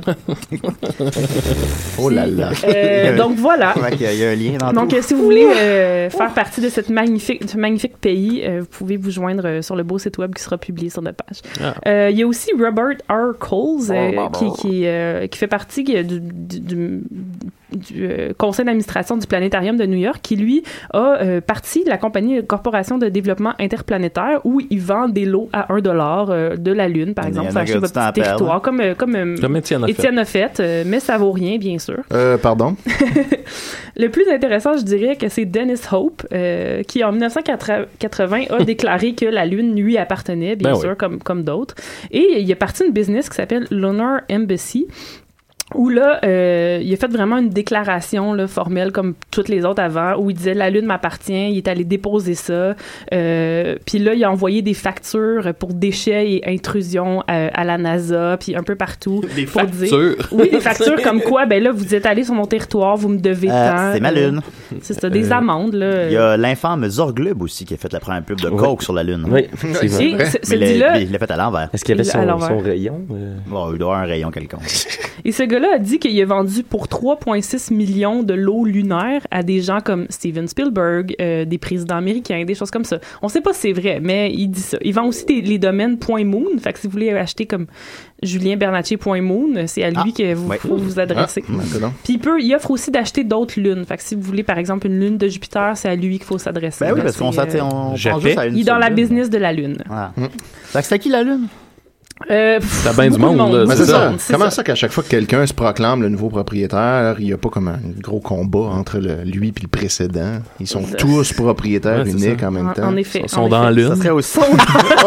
F: oh là là.
K: Euh, donc voilà.
F: Ouais, qu'il y a- il y a un lien dans
K: Donc,
F: tout.
K: euh, si vous voulez euh, faire partie de cette magnifique, ce magnifique pays, euh, vous pouvez vous joindre euh, sur le beau site web qui sera publié sur notre page.
E: Ah.
K: Euh, Il y a aussi Robert R. Coles euh,
E: Oh, bah, bah.
K: qui, qui, euh, qui fait partie euh, du, du- du- du, euh, conseil d'administration du planétarium de New York qui, lui, a euh, parti de la compagnie Corporation de développement interplanétaire où il vend des lots à 1 euh, de la Lune, par
F: Il y
K: exemple,
F: en
K: pour
F: a
K: acheter
F: qui ont
K: votre
F: du temps
K: petit
F: à perdre.
K: territoire, comme, euh, comme, euh,
F: Comme Étienne a fait.
K: a fait, euh, mais ça vaut rien, bien sûr.
J: Euh, pardon?
K: Le plus intéressant, je dirais que c'est Dennis Hope, euh, qui en 1980 a déclaré que la Lune lui appartenait, bien
E: Ben oui.
K: sûr, comme, comme d'autres. Et il est parti d'une business qui s'appelle Lunar Embassy. Où là, euh, il a fait vraiment une déclaration là, formelle comme toutes les autres avant, où il disait la lune m'appartient, il est allé déposer ça, Euh, puis là il a envoyé des factures pour déchets et intrusions à, à la NASA, puis un peu partout.
G: Des
K: pour dire-
G: factures.
K: oui, des factures comme quoi, ben là vous êtes allé sur mon territoire, vous me devez
F: Euh,
K: tant.
F: c'est ma lune.
K: Euh, C'est ça, des
F: Euh,
K: amendes là.
F: Il y a l'infâme Zorglub aussi qui a fait la première pub de Coke sur la Lune.
I: Oui, c'est vrai. Et ce- ce
F: Mais le-
K: dit-là-
F: il l'a fait à l'envers.
I: Est-ce qu'il
K: avait Il- son- à l'envers. son
I: rayon? euh?
F: Bon, il doit avoir un rayon quelconque.
K: Et ce gars-là a dit qu'il a vendu pour 3,6 millions de lots lunaires à des gens comme Steven Spielberg, euh, des présidents américains, des choses comme ça. On sait pas si c'est vrai, mais il dit ça. Il vend aussi des- les domaines point .moon. Fait que si vous voulez acheter comme Julien Bernatier point .moon, c'est à lui que vous
F: Ah, ouais.
K: faut vous adresser.
F: Ah, maintenant.
K: Puis il peut, il offre aussi d'acheter d'autres lunes. Fait que si vous voulez par exemple une lune de Jupiter, c'est à lui qu'il faut s'adresser.
F: Ben oui, parce
K: C'est,
F: qu'on s'attend-
K: euh,
F: on pense juste à une
K: Il est dans
F: seule
K: la
F: lune.
K: business de la lune.
F: Voilà.
J: Mm.
F: Fait que c'était qui la Lune?
K: Euh, pff,
F: T'as ben du
K: beaucoup de
F: monde, là,
J: Mais
F: c'est
J: c'est
F: ça.
J: ça.
K: C'est
J: Comment
K: ça.
J: ça qu'à chaque fois que quelqu'un se proclame le nouveau propriétaire, il n'y a pas comme un gros combat entre le- lui et le précédent? Ils sont
K: Ça-
J: tous propriétaires
K: Ouais, c'est
J: uniques
K: ça.
J: en même
K: En-
J: temps.
K: en effet, Ils sont en dans effet. l'une.
F: Ça serait aussi-
J: ben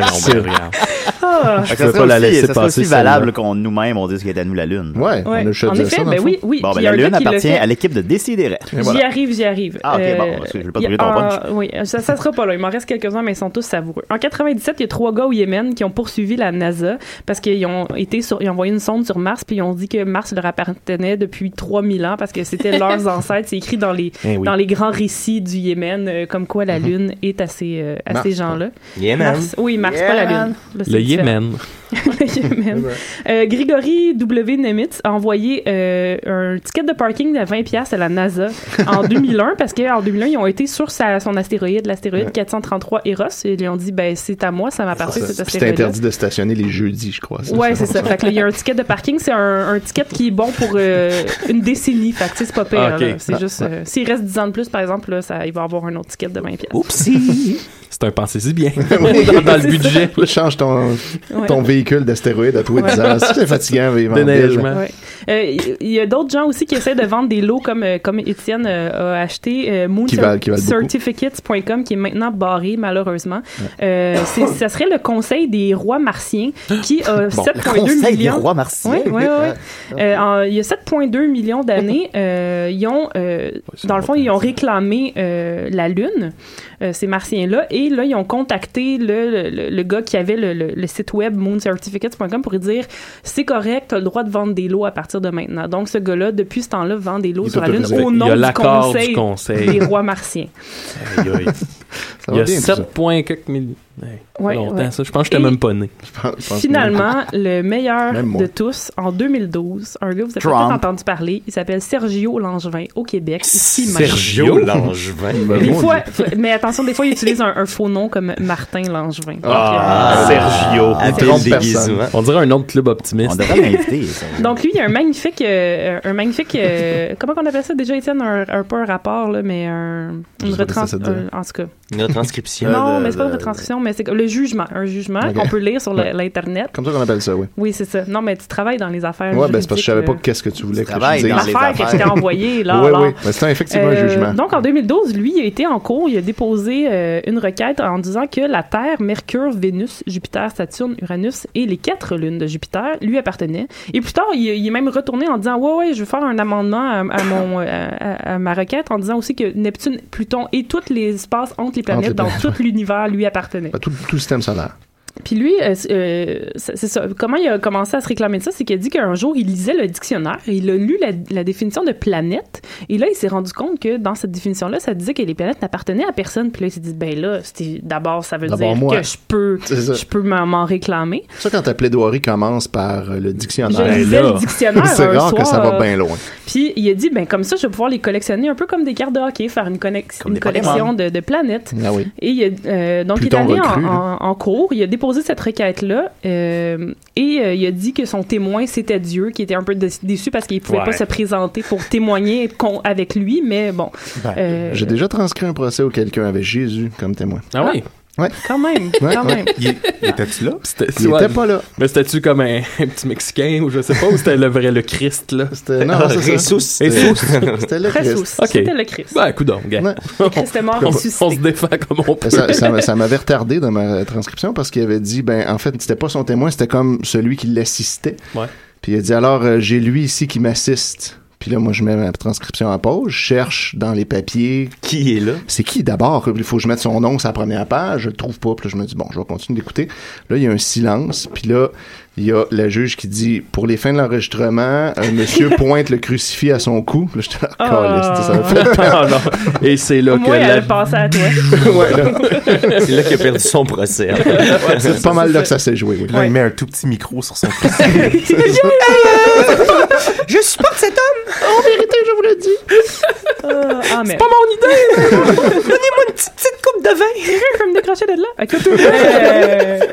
J: non, ben
F: regarde.
K: Ah.
F: Ça
J: Tu veux
F: serait
J: pas la
F: aussi,
J: laisser
F: ça serait aussi
J: passer,
F: valable
J: celle-là.
F: qu'on nous-mêmes on dise qu'elle est à nous la Lune.
J: Ouais,
K: Ouais. on a juste En dit effet, ça, dans ben le fond. oui, oui,
F: Bon, ben
K: puis il y a
F: la
K: un gars
F: Lune
K: qui le
F: appartient
K: fait.
F: à l'équipe de Décideret.
K: J'y arrive, j'y arrive.
F: Ah, ok,
K: Euh,
F: bon, parce que je veux pas te
K: il y a-
F: brûler ton
K: ah,
F: punch.
K: Oui, ça, ça sera pas là. Il m'en reste quelques-uns, mais ils sont tous savoureux. En 97, il y a trois gars au Yémen qui ont poursuivi la NASA parce qu'ils ont été sur, ils ont envoyé une sonde sur Mars, puis ils ont dit que Mars leur appartenait depuis 3000 ans parce que c'était leurs ancêtres. C'est écrit dans les,
I: Eh oui.
K: dans les grands récits du Yémen, euh, comme quoi
F: Mhm.
K: la Lune est à ces, euh, à
I: Mars,
K: ces gens-là.
I: quoi. Yémen.
K: Mars- oui, Mars, pas la Lune. Là, c'est
G: Le
K: différent.
G: Yémen.
K: Le Yémen. Euh, Grigory W. Nemitz a envoyé euh, un ticket de parking de 20 pièces à la NASA en 2001 parce qu'en 2001 ils ont été sur sa- son astéroïde, l'astéroïde 433 Eros, et ils lui ont dit ben c'est à moi, ça m'appartient cet
J: Ça, C'est
K: astéroïde.
J: interdit de stationner les jeudis, je crois.
K: Ouais, c'est ça. Fait que là, il y a un ticket de parking, c'est un, un ticket qui est bon pour euh, une décennie. Fait que, tu sais, c'est pas pire.
G: Ah, ok.
K: là. C'est
G: Ah,
K: juste.
G: ah.
K: euh, S'il reste 10 ans de plus, par exemple, là, ça, il va avoir un autre ticket de 20 pièces.
G: Oupsie! C'est un pensez-y bien. dans, dans le budget.
J: Change ton,
K: Ouais.
J: ton véhicule d'astéroïde à tous les
K: Ouais.
J: 10 ans. C'est fatigant, vivant.
K: Ouais. Euh, Il y a d'autres gens aussi qui essaient de vendre des lots comme, euh, comme Étienne euh, a acheté euh, Moon
J: Qui valent- qui valent beaucoup.
K: Certificates.com qui est maintenant barré malheureusement. Euh, c'est- ça serait le conseil des rois martiens qui a
F: Bon, le
K: 7,2 millions.
F: Conseil des rois martiens.
K: Oui, oui, oui. Euh, en- Il y a 7,2 millions d'années. euh, ils ont, euh, dans le fond, ils ont réclamé euh, la Lune, euh, ces martiens-là, et là, ils ont contacté le, le- le gars qui avait le, le- le site web mooncertificates.com pour lui dire c'est correct, tu as le droit de vendre des lots à partir de maintenant. Donc, ce gars-là, depuis ce temps-là, vend des lots
G: Il
K: sur la
G: peut
K: Lune
G: te faire-
K: au
G: il y
K: nom
G: a
K: du
G: l'accord du
K: conseil,
G: conseil.
K: des rois martiens.
G: Aïe, aïe.
J: va
G: Il y a
J: bien, tout ça.
G: 7 points quelques millions. fait
K: Ouais,
G: longtemps,
K: ouais.
G: ça. Je pense que j'étais
K: Et
G: même pas né.
K: Finalement, le meilleur
G: Même moi.
K: de tous, en 2012, un gars, vous avez
G: Trump.
K: peut-être entendu parler, il s'appelle Sergio Langevin, au Québec, ici même.
I: Sergio Langevin.
K: Des fois- faut- mais attention, des fois, il utilise un, un faux nom comme Martin Langevin. euh,
I: Ah, Sergio.
G: Un
I: Appelle
G: trompe
I: déguisement.
G: personne. On dirait un autre club optimiste.
F: On devrait l'inviter,
K: Donc, lui, il y a un magnifique. euh, un magnifique euh, comment on appelle ça déjà, Étienne un, un peu un rapport, là, mais un,
I: Je
K: une
I: sais pas ce que ça
K: retranscription.
I: veut dire.
K: en tout cas.
I: Une retranscription.
K: Non,
I: Euh,
K: mais c'est pas une
I: de-
K: retranscription, mais c'est le jugement. Un jugement
J: Ok.
K: qu'on peut lire sur le-
J: Ouais.
K: l'Internet.
J: Comme ça qu'on appelle ça, oui.
K: Oui, c'est ça. Non, mais tu travailles dans les affaires.
J: Ouais, ben c'est parce que je savais
K: juridiques,
J: pas
K: euh,
J: qu'est-ce que tu voulais que
K: Travaille
J: je dise.
K: dans les L'affaire que je t'ai envoyée, là,
J: Oui,
K: là.
J: oui. Ben, c'était effectivement
K: Euh,
J: un jugement.
K: Donc, en 2012, lui, il a été en cours, il a déposé euh, une requête en disant que la Terre, Mercure, Vénus, Jupiter, Saturne, Uranus et les quatre lunes de Jupiter lui appartenaient. Et plus tard, il, il est même retourné en disant Ouais, ouais, je veux faire un amendement à, à mon, euh, à- à ma requête en disant aussi que Neptune, Pluton et tous les espaces entre les planètes
J: les
K: dans
J: planètes,
K: tout l'univers lui appartenaient.
J: Ben, tout, tout le système solaire.
K: Puis lui, euh, c'est- euh, c'est c'est ça. Comment il a commencé à se réclamer de ça, c'est qu'il a dit qu'un jour, il lisait le dictionnaire, et il a lu la, la définition de planète, et là, il s'est rendu compte que dans cette définition-là, ça disait que les planètes n'appartenaient à personne. Puis là, il s'est dit, ben là, c'était- d'abord, ça veut
J: D'abord
K: dire
J: moi.
K: que je peux,
J: C'est ça.
K: je peux m'en m'en réclamer.
J: Ça, quand ta plaidoirie commence par euh, le dictionnaire.
K: Je lisais le dictionnaire
J: C'est
K: un
J: rare que
K: soir,
J: ça va
K: euh,
J: bien loin.
K: Puis il a dit, ben comme ça, je vais pouvoir les collectionner un peu comme des cartes de hockey, faire une, connex- une
J: des
K: collection
J: Pokémon.
K: de, de planètes.
J: Ah oui.
K: Et il a- euh, donc, il
J: Pluton
K: est allé
J: recrue,
K: en,
J: là.
K: en- en cours, il a déposé cette requête-là, euh, et euh, il a dit que son témoin, c'était Dieu, qui était un peu dé- déçu parce qu'il pouvait
J: Ouais.
K: pas se présenter pour témoigner con- avec lui, mais bon. euh,
J: J'ai déjà transcrit un procès où quelqu'un avait Jésus comme témoin.
G: Ah oui?
J: Ouais.
K: Quand même, Ah,
J: Ouais,
K: quand
J: ouais.
K: même.
J: Il-
G: il était-tu là?
J: Il était pas là.
G: Mais c'était-tu comme un, un petit Mexicain ou je sais pas, ou c'était le vrai le Christ, là?
J: C'était,
K: Ah,
J: non, c'est ça. C'était- c'était le Christ.
G: Christ.
J: Ressus. C'était
K: le Christ.
G: Ben, coudonc, gars.
K: Le Christ est mort
G: on,
K: ressuscité.
G: on se défend comme on peut.
J: ça, ça, ça m'avait retardé dans ma transcription parce qu'il avait dit, ben, en fait, c'était pas son témoin, c'était comme celui qui l'assistait.
G: Ouais.
J: Puis il a dit, alors, euh, j'ai lui ici qui m'assiste. Puis là, moi, je mets ma transcription en pause, je cherche dans les papiers.
I: Qui est là?
J: C'est qui d'abord? Il faut que je mette son nom sur la première page, je le trouve pas. Puis là, je me dis, bon, je vais continuer d'écouter. Là, il y a un silence. Puis là, il y a la juge qui dit, pour les fins de l'enregistrement, euh, monsieur pointe le crucifix à son cou. Puis là, j'étais là, caliste, ça va faire peur.
G: Ah, non. Et c'est là
K: Au
G: que
K: moins,
G: la-
K: Ah. elle passait à toi.
I: C'est là qu'il a perdu son procès.
J: c'est pas mal là que ça s'est joué. Oui.
H: Là, il met un tout petit micro sur son
E: Je supporte cet homme! En vérité, je vous le dis!
K: ah, mais...
E: C'est pas mon idée! Donnez-moi une petite, petite coupe de vin!
K: Quelqu'un peut me décrocher de là? Ok. Euh,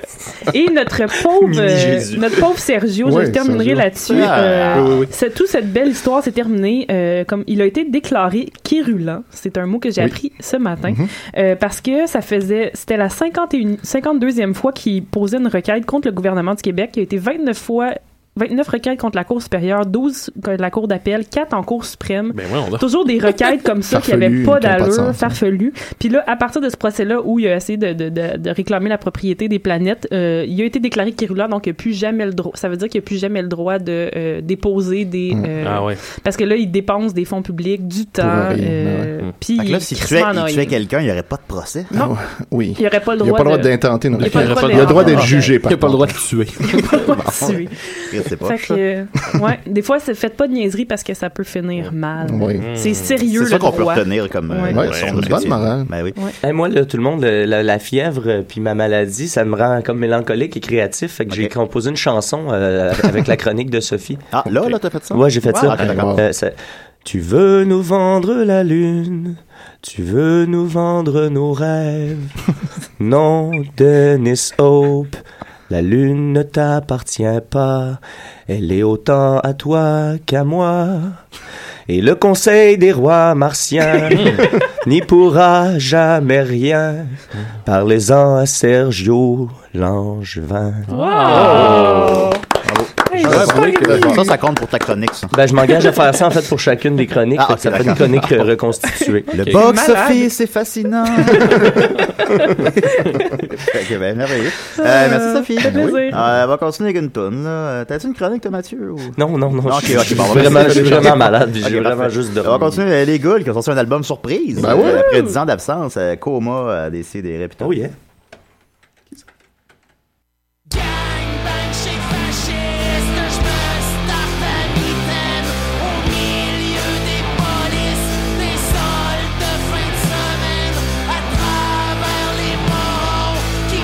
K: et notre pauvre,
E: Mini
K: euh,
E: Jésus.
K: notre pauvre Sergio,
E: Ouais,
K: je terminerai
E: Sergio.
K: là-dessus.
E: Ah.
K: Euh,
E: Oui, oui, oui.
K: c'est- toute cette belle histoire s'est terminée. euh, comme il a été déclaré quérulent. C'est un mot que j'ai
E: Oui. Mhm.
K: appris ce matin euh, parce que ça faisait, c'était la 51, 52e fois qu'il posait une requête contre le gouvernement du Québec. Il a été 29 fois. 29 requêtes contre la Cour supérieure, 12 contre la Cour d'appel, 4 en Cour suprême.
G: Ben voyons donc.
K: Toujours des requêtes comme ça qui n'avaient
G: Farfelues,
K: pas
G: qui ont pas de
K: d'allure,
G: sens.
K: farfelu. Puis là, à partir de ce procès-là, où il a essayé de, de- de- de réclamer la propriété des planètes, euh, il a été déclaré quérulent, donc il n'a plus jamais le droit. Ça veut dire qu'il n'a plus jamais le droit de euh, déposer des.
G: Mm.
K: euh,
G: Ah ouais.
K: Parce que là, il dépense des fonds publics, du temps.
F: rien,
K: euh,
F: ouais.
G: Hmm.
K: Puis.
F: Fait que là,
K: il
F: si
K: est
F: tu tuais,
K: crissement
F: il
K: annoyé.
F: tuait quelqu'un, il n'y aurait pas de procès.
K: Non.
J: Ah, Oui.
K: Il aurait pas le
J: Il a
K: droit
J: pas le droit
K: de-
J: d'intenter une
K: Il a pas le
J: requête.
K: droit
J: Il a le droit
K: d'intenter
J: d'être
K: une
J: jugé,
K: requête.
J: par
K: Il a pas le
J: contre.
G: droit de tuer.
K: Il a pas le droit de tuer.
F: C'est pas
K: Fait que, euh, ouais, des fois, c'est- faites pas de niaiserie parce que ça peut finir mal.
F: Oui.
K: C'est sérieux.
F: C'est ça
K: le
F: qu'on peut
K: droit.
F: retenir comme, euh,
K: Ouais.
F: Ouais, c'est une bonne morale. Ben oui.
I: Eh, moi, là, tout le monde, le- la, la fièvre euh, puis ma maladie, ça me rend comme mélancolique et créatif. Fait que j'ai composé une chanson euh, avec la chronique de Sophie.
F: Ah, là, là, t'as fait ça?
I: Ouais, j'ai fait
F: Wow.
I: ça.
F: Ok, d'accord.
I: Euh, ça- Tu veux nous vendre la lune, tu veux nous vendre nos rêves. non, Dennis Hope, la lune ne t'appartient pas, elle est autant à toi qu'à moi. Et le conseil des rois martiens n'y pourra jamais rien. Parlez-en à Sergio Langevin.
F: Ah. Bravo.
I: Hey, c'est pas
F: Ça,
I: grave.
F: ça, ça compte pour ta chronique, ça.
I: Ben, je m'engage à faire ça en fait pour chacune des chroniques.
F: Ah,
I: Fait que
F: ok,
I: ça fait une
F: d'accord.
I: chronique euh, reconstituée.
F: Le
I: Ok.
F: box
I: Malade.
F: office, c'est fascinant. ok, ben, merveilleux. Euh, merci, Sophie.
I: fait plaisir.
F: Oui. Euh, on va continuer avec une toune, là. Euh, T'as-tu une chronique, toi, Mathieu? Ou...
I: Non, non, non.
F: Ok,
I: je-
F: ok,
I: je-
F: bon, on va
I: je- vraiment-
F: passer à
I: je suis
F: autre chose.
I: vraiment malade, puis
F: Ok,
I: j'ai vraiment
F: parfait.
I: juste dormi.
F: On va continuer avec les Gouls qui ont sorti un album surprise.
I: Ben ouais.
F: Après 10 ans d'absence, euh, Coma a décidé des réputations.
I: Oh, yeah.
E: Chez fasciste, je me staffe à mitaine Au milieu des polices, des sols de fin de semaine À travers les morts qui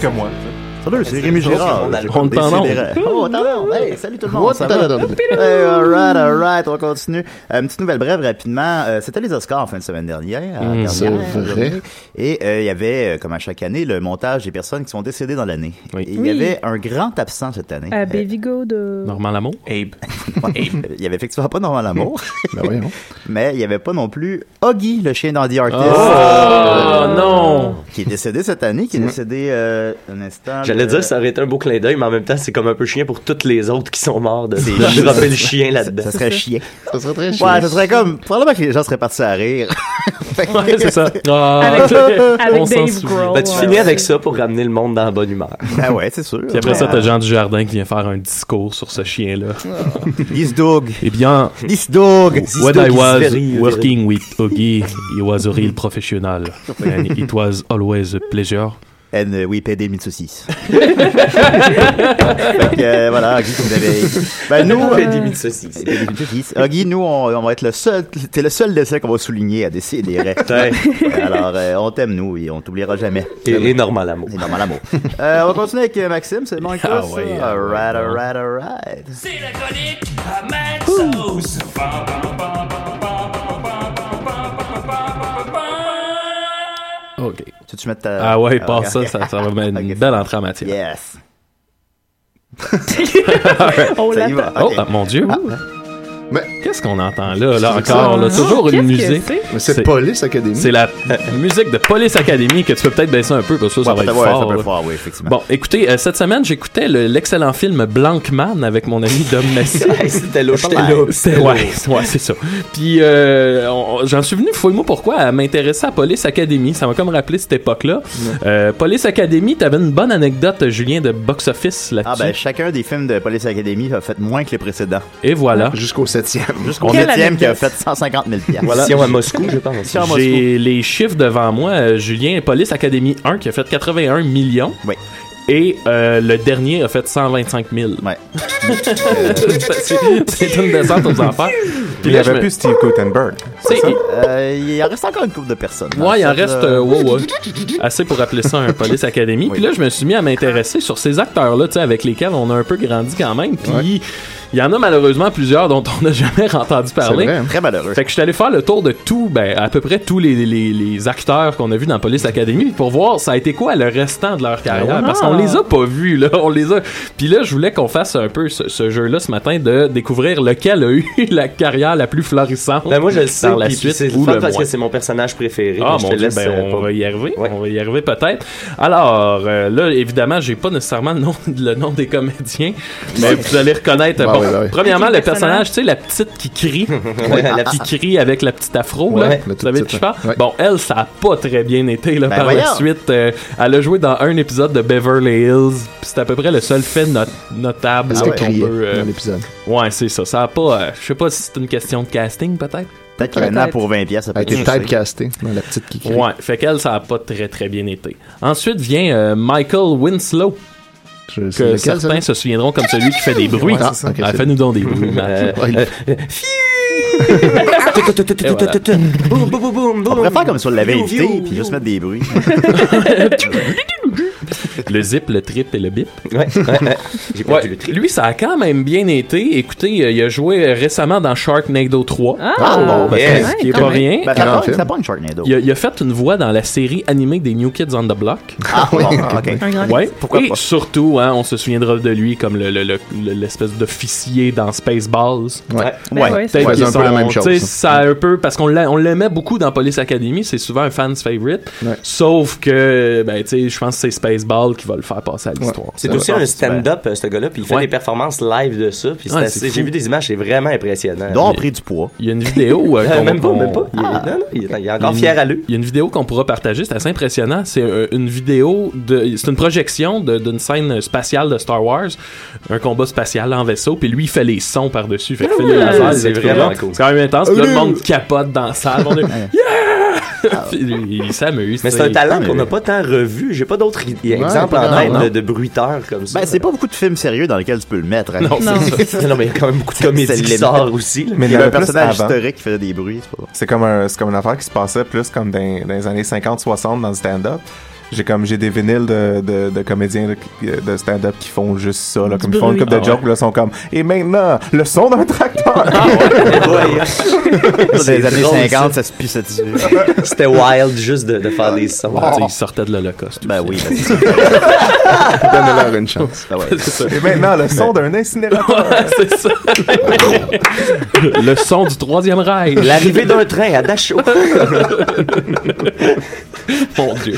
H: que moi.
F: Salut, c'est Rémi Girard.
H: On
F: Des sidérés. Oh, attends, hey, salut tout le monde, ça va? Hey, alright, alright, on continue. Euh, une petite nouvelle brève rapidement. Euh, C'était les Oscars en fin de semaine dernière.
J: Mm,
F: dernière,
J: c'est vrai.
F: Et euh, il y avait, euh, comme à chaque année, le montage des personnes qui sont décédées dans l'année. Et Il y
K: Oui. Ah,
F: avait un grand absent cette année.
K: À euh, Bévigo de.
F: Normand Lamour?
I: Oh,
F: Abe. il y avait effectivement pas Normand Lamour. Mais il y avait pas non plus Huggy, le chien d'Andy Artis.
K: Ah,
I: Oh,
F: Ah,
I: non!
F: Qui est décédé cette année, qui est
I: Mm.
F: décédé euh, un instant.
I: J'allais
F: le-
I: dire ça aurait été un beau clin d'œil, mais en même temps, c'est comme un peu chien pour toutes les autres qui sont morts de,
F: C'est
I: de
F: juste-
I: dropper le chien là-dedans.
F: Ça serait chiant.
J: Ça serait très
F: Ouais, ça serait comme. Probablement que les gens seraient partis à rire.
I: Ouais, c'est ça.
K: Ah.
F: Avec- avec Ah. On s'en Dave souvient. Grohl,
I: Ben, tu
F: ouais.
I: finis avec ça pour ramener le monde dans la bonne humeur.
F: Ben ouais, c'est sûr.
G: Puis après ça, t'as Jean Dujardin qui vient faire un discours sur ce chien-là.
F: This dog.
G: Eh bien,
F: This dog.
G: When I was working with Ogi, he was a real professional. And it was always a pleasure.
F: And uh, we paid him saucisses. fait que, euh, voilà, Huggy, comme d'habitude. Ben nous.
I: On fait
F: euh,
I: des mille saucisses.
F: on fait des mille saucisses. Huggy, nous, on, on va être le seul. T'es le seul décès qu'on va souligner à décider.
I: Ouais.
F: Alors, euh, on t'aime, nous, et on t'oubliera jamais.
I: Et, et normal amour.
F: C'est normal amour. Euh, on va continuer avec euh, Maxime, c'est bon avec toi,
I: Ah
F: ça?
I: ouais, ah
F: Alright,
I: ouais.
F: alright, alright.
E: C'est la chronique à Max Sauce. Bam, bam, bam, bam, bam, bam, bam, bam, bam, bam, bam, bam.
G: OK.
F: Tu tu mets ta...
G: Ah ouais,
F: Ah,
G: passe ça,
F: ok.
G: ça, ça va mettre une belle entrée en matière.
F: Yes.
K: Oh,
F: Ça y
K: l'attend.
F: va.
G: Oh,
F: ok.
G: ah, mon Dieu.
J: Mais
G: qu'est-ce qu'on entend là, là
J: C'est ça,
G: encore là,
J: hein?
G: toujours une
J: Qu'est-ce que
G: musique.
J: c'est? Mais c'est Police Academy.
G: C'est la euh, musique de Police Academy que tu peux peut-être baisser un peu parce que ça, ça
F: Ouais,
G: va être
F: peut-être, ouais,
G: fort.
F: ça peut
G: là.
F: être fort, oui, effectivement.
G: Bon, écoutez, euh, cette semaine, j'écoutais le- l'excellent film Blankman avec mon ami Dom Messi.
I: Hey, c'était louche,
G: C'était
I: c'était
F: Oh,
I: louche,
G: c'était-
I: c'était
G: ouais,
I: louche.
G: ouais, c'est ça. Puis euh, on- on- j'en suis venu, fouille-moi pourquoi, à m'intéresser à Police Academy. Ça m'a comme rappelé cette époque-là. Euh, Police Academy, t'avais une bonne anecdote, Julien, de box-office là-dessus.
F: Ah ben, chacun des films de Police Academy a fait moins que les précédents.
G: Et voilà.
F: Jusqu'au septième. Jusqu'au
G: Quelle
F: septième qui a
G: anecdote.
F: fait 150 000 piastres.
G: Voilà.
I: Mission à Moscou, je pense.
F: Mission à Moscou.
G: J'ai les chiffres devant moi. Euh, Julien, Police Academy 1 qui a fait 81 millions.
F: Oui.
G: Et euh, le dernier a fait 125 000.
F: Ouais.
G: c'est une descente aux enfers.
H: Il n'y
G: là, je
H: avait
G: me-
H: plus Steve Gutenberg.
G: C'est-
F: Euh, il en reste encore une couple de personnes.
G: Ouais, il
F: Ça,
G: en reste
F: là-
G: euh, ouais, ouais. assez pour appeler ça un Police Academy. Puis là, je me suis mis à m'intéresser sur ces acteurs-là, tu sais, avec lesquels on a un peu grandi quand même. Puis il y en a malheureusement plusieurs dont on n'a jamais entendu parler.
F: vrai, hein. Très malheureux.
G: Fait que je suis allé faire le tour de tout, ben, à peu près tous les, les- les acteurs qu'on a vus dans Police Academy pour voir ça a été quoi le restant de leur carrière.
I: Ah.
G: Parce qu'on les a pas vus, là. On les a. Puis là, je voulais qu'on fasse un peu ce, ce jeu-là ce matin de découvrir lequel a eu la carrière la plus florissante.
I: Ben moi je le sais,
G: par la
I: puis- puis
G: suite
I: c'est le
G: ou
I: fun
G: le
I: parce que
G: moins.
I: c'est mon personnage préféré.
G: Ah,
I: mais je
G: mon
I: te
G: Dieu,
I: laisse,
G: ben,
I: euh,
G: on
I: pas-
G: va y arriver. On va y arriver peut-être. Alors, euh, là, évidemment, j'ai pas nécessairement le nom, le nom des comédiens, mais vous allez reconnaître.
I: Bah
G: bon,
I: oui, bah oui.
G: Premièrement,
I: Quel
G: le personnage,
I: personnage?
G: tu sais, la petite qui crie.
I: Ouais,
G: la
I: la
G: petite qui
I: petite-
G: crie avec la petite afro.
I: Ouais,
G: là.
I: la
G: Vous
I: toute
G: savez de
I: petite,
G: qui je parle? Bon, elle, ça a pas très bien été là,
F: Ben
G: par la
F: voyons.
G: suite. Euh, elle a joué dans un épisode de Beverly Hills. puis C'est à peu près le seul fait not- notable
J: Parce
G: là,
J: qu'elle
G: qu'on
J: criait
G: peut. euh,
J: Ah dans l'épisode.
G: Ouais, c'est ça. Ça a pas. euh, je sais pas si c'est une question de casting, peut-être.
F: Peut-être qu'il y en a pour 20 pièces.
J: Avec les typecastés dans la petite qui crie.
G: Ouais, fait qu'elle, ça a pas très très bien été. Ensuite vient euh, Michael Winslow.
J: c'est
G: Que
J: lequel,
G: certains
J: celui-là?
G: se souviendront comme celui qui fait des bruits.
J: Ah, ok,
G: Ah,
J: c'est-
G: Fais-nous donc des bruits,
I: Euh,
G: Matt. Euh,
J: Ouais,
G: Et voilà.
I: Boum, boum, boum, boum,
F: On pourrait
I: boum.
F: faire comme si on l'avait
I: Yo,
F: invité,
I: yo,
F: puis juste mettre des bruits.
G: le zip, le trip et le bip.
I: Ouais, ouais, ouais. J'ai perdu le
G: Lui, ça a quand même bien été. Écoutez, euh, il a joué récemment dans Sharknado 3.
F: Ah, bon, ben,
G: Yes.
F: ouais,
G: Ce qui est
F: quand
G: pas
F: même.
G: rien.
F: Ben, ça Grand prend- film. ça prend une Sharknado.
G: Il a, il a fait une voix dans la série animée des New Kids on the Block.
F: Ah, bon, ok. Un grand
G: Ouais.
F: classique. Pourquoi
G: Et
F: pas.
G: surtout, hein, on se souviendra de lui comme le- le- le- le- l'espèce d'officier dans Spaceballs.
J: Ouais.
G: Ouais.
J: Ouais,
G: Peut-être
J: c'est
G: qu'ils
J: un peu
G: sont-
J: la même chose,
G: tu sais,
J: ça.
G: Ça a un peu parce qu'on l'a- on l'aimait beaucoup dans Police Academy, c'est souvent un fan's favorite. Sauf que, ben, tu sais, je pense que c'est Spaceball qui va le faire passer à l'histoire.
I: C'est
G: Ça,
I: aussi
F: Ah,
G: je pense
I: un
G: que c'est bien.
I: stand-up, euh, ce gars-là, puis il fait
G: Ouais.
I: des performances live de ça. Puis c'est
G: Ouais,
I: assez-
G: c'est fou.
I: J'ai vu des images, c'est vraiment impressionnant.
F: Donc, pris du poids.
G: Il y a une vidéo. euh,
I: Euh,
G: qu'on-
I: même pas,
G: qu'on- Ah!
I: même pas. Il est, non, non, il est- il est encore fier à lui.
G: Il y a une vidéo qu'on pourra partager, c'est assez impressionnant. C'est euh, une vidéo de. C'est une projection de- d'une scène spatiale de Star Wars, un combat spatial en vaisseau, puis lui, il fait les sons par-dessus. Fait que fait les
I: Ah Ouais,
G: lasers,
I: c'est
G: les
I: vraiment
G: trucs.
I: cool.
G: C'est quand même intense. Puis là, le
I: Allez.
G: monde capote dans la salle. On est- Yeah! Puis il il s'amuse.
I: Mais
G: tu
I: c'est un
G: sais.
I: talent qu'on n'a pas tant revu. J'ai pas d'autres i- exemples
F: pas
I: en
F: grand,
I: tête de,
F: non.
I: de bruiteurs comme ça.
F: Ben, c'est pas beaucoup de films sérieux dans lesquels tu peux le mettre. hein.
I: Non, Non. c'est ça. Non, mais il y a quand même beaucoup de comédies
F: C'est
I: qui
F: le-
I: sortent aussi, là.
F: Mais il y
H: en
F: avait un
H: plus
F: personnage
H: avant.
F: historique qui faisait des bruits, c'est pas vrai.
H: C'est comme, un, c'est comme une affaire qui se passait plus comme dans, dans les années 50-60 dans le stand-up. J'ai comme j'ai des vinyles de, de, de comédiens là, qui- de stand-up qui font juste ça, là, comme
E: Du
H: ils font une
E: bruit.
H: couple
E: Ah
H: de
E: ouais.
H: jokes, là, sont comme et maintenant le son d'un tracteur.
F: Dans
I: C'est
F: les années
I: drôle,
F: 50,
I: ça.
F: ça se pissait dessus.
I: C'était wild juste de, de faire des sons.
G: Ah, tu sais, ils sortaient de l'Holocauste. Ben
F: oui.
J: Donnez-leur une chance.
H: Et maintenant Ah, le son d'un incinérateur.
G: c'est ça. le son du troisième rail.
I: L'arrivée d'un train à Dachau.
G: Mon Dieu.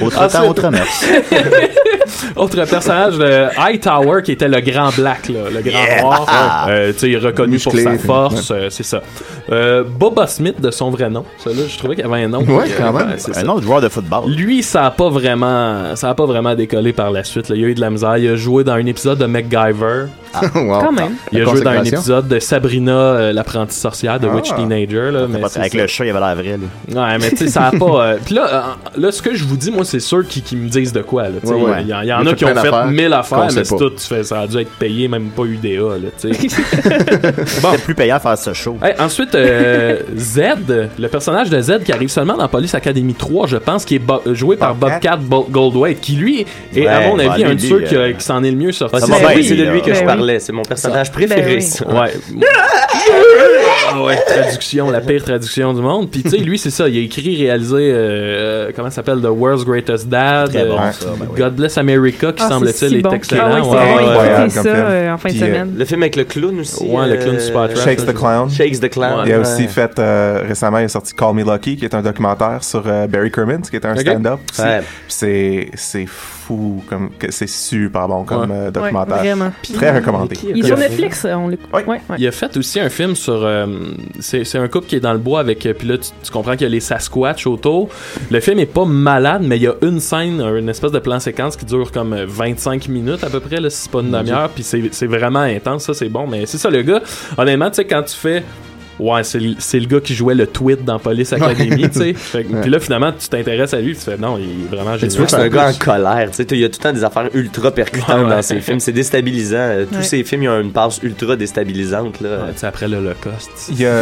F: Autre
G: Ensuite-
F: temps, autre mœurs.
G: Ah, Autre personnage, le Hightower, qui était le grand black, là, le grand
E: Yeah.
F: Ah.
G: noir. Euh, tu sais, il est reconnu
E: Musclé.
G: pour sa force, euh, c'est ça. Euh, Boba Smith, de son vrai nom. Celui-là, je trouvais qu'il avait un nom.
F: Ouais,
G: Euh,
F: quand même.
G: c'est
F: Un
G: ça.
F: nom de joueur de football.
G: Lui, ça a pas vraiment, ça a pas vraiment décollé par la suite. là. Il a eu de la misère. Il a joué dans un épisode de MacGyver.
J: Wow. Quand même.
K: Ah,
G: Il a
J: La
G: joué dans un
J: consécration.
G: épisode de Sabrina, euh, l'apprentie sorcière de
J: Ah.
G: Witch Teenager. Là, mais c'est
F: Avec
G: ça.
F: le chat, il avait l'air vrai, lui.
G: Ouais, mais tu sais, ça a pas. euh, Puis là, euh, là, ce que je vous dis, moi, c'est sûr qu'ils qu'ils me disent de quoi. là, tu sais.
F: Ouais, ouais.
G: Il y, en- il y en
F: Il
G: a
F: a
G: qui
F: fait
G: ont
F: plein
G: fait
F: d'affaires
G: mille
F: qu'on
G: affaires,
F: sait
G: mais c'est
F: pas.
G: tout, tu fais- ça a dû être payé, même pas UDA. Là, tu sais.
F: C'était plus payant à faire ce show.
G: Hey, ensuite, euh, Z, le personnage de Z qui arrive seulement dans Police Academy 3, je pense, qui est bo- euh, joué par Bobcat Bo- Goldthwait, qui lui est, à
I: Ouais,
G: mon
I: bah,
G: avis,
I: lui,
G: un de ceux
I: lui,
G: qui, a-
I: euh,
G: qui s'en est le mieux sorti.
I: Ah, c'est Ben lui, oui, c'est de lui là. que je Ben parlais, oui. c'est mon personnage
G: Ben
I: préféré, ça.
G: Ouais. Ah ouais, traduction, la pire traduction du monde. Puis tu sais, lui, c'est ça, il a écrit, réalisé, euh, euh, comment ça s'appelle, The World's Greatest Dad,
F: Très bon,
G: euh,
F: ça, ben oui.
G: God Bless America, qui
K: Ah, c'est
G: semble-t-il
K: si
G: est
K: bon.
G: excellent.
K: Ah ouais, c'est vrai, j'ai écouté ça, euh, en fin de
H: Puis, euh,
K: semaine.
I: Le film avec le clown aussi. euh,
G: Ouais, le clown super trash,
H: Shakes the Clown.
I: Shakes the Clown.
H: Il a
I: Ouais.
H: aussi fait euh, récemment, il a sorti Call Me Lucky, qui est un documentaire sur euh, Barry Kermans, qui est un
I: Ok.
H: stand-up. aussi.
I: Ouais.
H: Puis C'est c'est fou, comme que c'est super bon comme
G: Ouais.
H: euh, documentaire.
K: Ouais, vraiment.
H: Puis Très recommandé.
K: Il est sur Netflix, euh, on l'écoute. Ouais, ouais.
G: Il a fait aussi un film sur. euh, c'est c'est un couple qui est dans le bois avec. euh, Puis là, tu, tu comprends qu'il y a les Sasquatch autour. Le film est pas malade, mais il y a une scène, euh, une espèce de plan séquence qui dure comme euh, 25 minutes à peu près, là, si c'est pas une
I: Mon Dieu.
G: demi-heure. Puis c'est c'est vraiment intense, ça, c'est bon. Mais c'est ça, le gars. Honnêtement, tu sais, quand tu fais. Ouais, c'est le- c'est le gars qui jouait le tweet dans Police Academy,
I: Ouais.
G: tu sais. Fait que-
I: Ouais.
G: Puis là, finalement, tu t'intéresses à lui, tu fais non, il est vraiment
I: Mais
G: génial.
I: tu vois que c'est un gars en colère, tu sais, il y a tout le temps des affaires ultra percutantes
G: Ouais, ouais.
I: dans ses films, c'est déstabilisant. Euh, Tous
G: Ouais.
I: ses films, ils ont une passe ultra déstabilisante là.
G: c'est après l'Holocauste.
H: Il y a,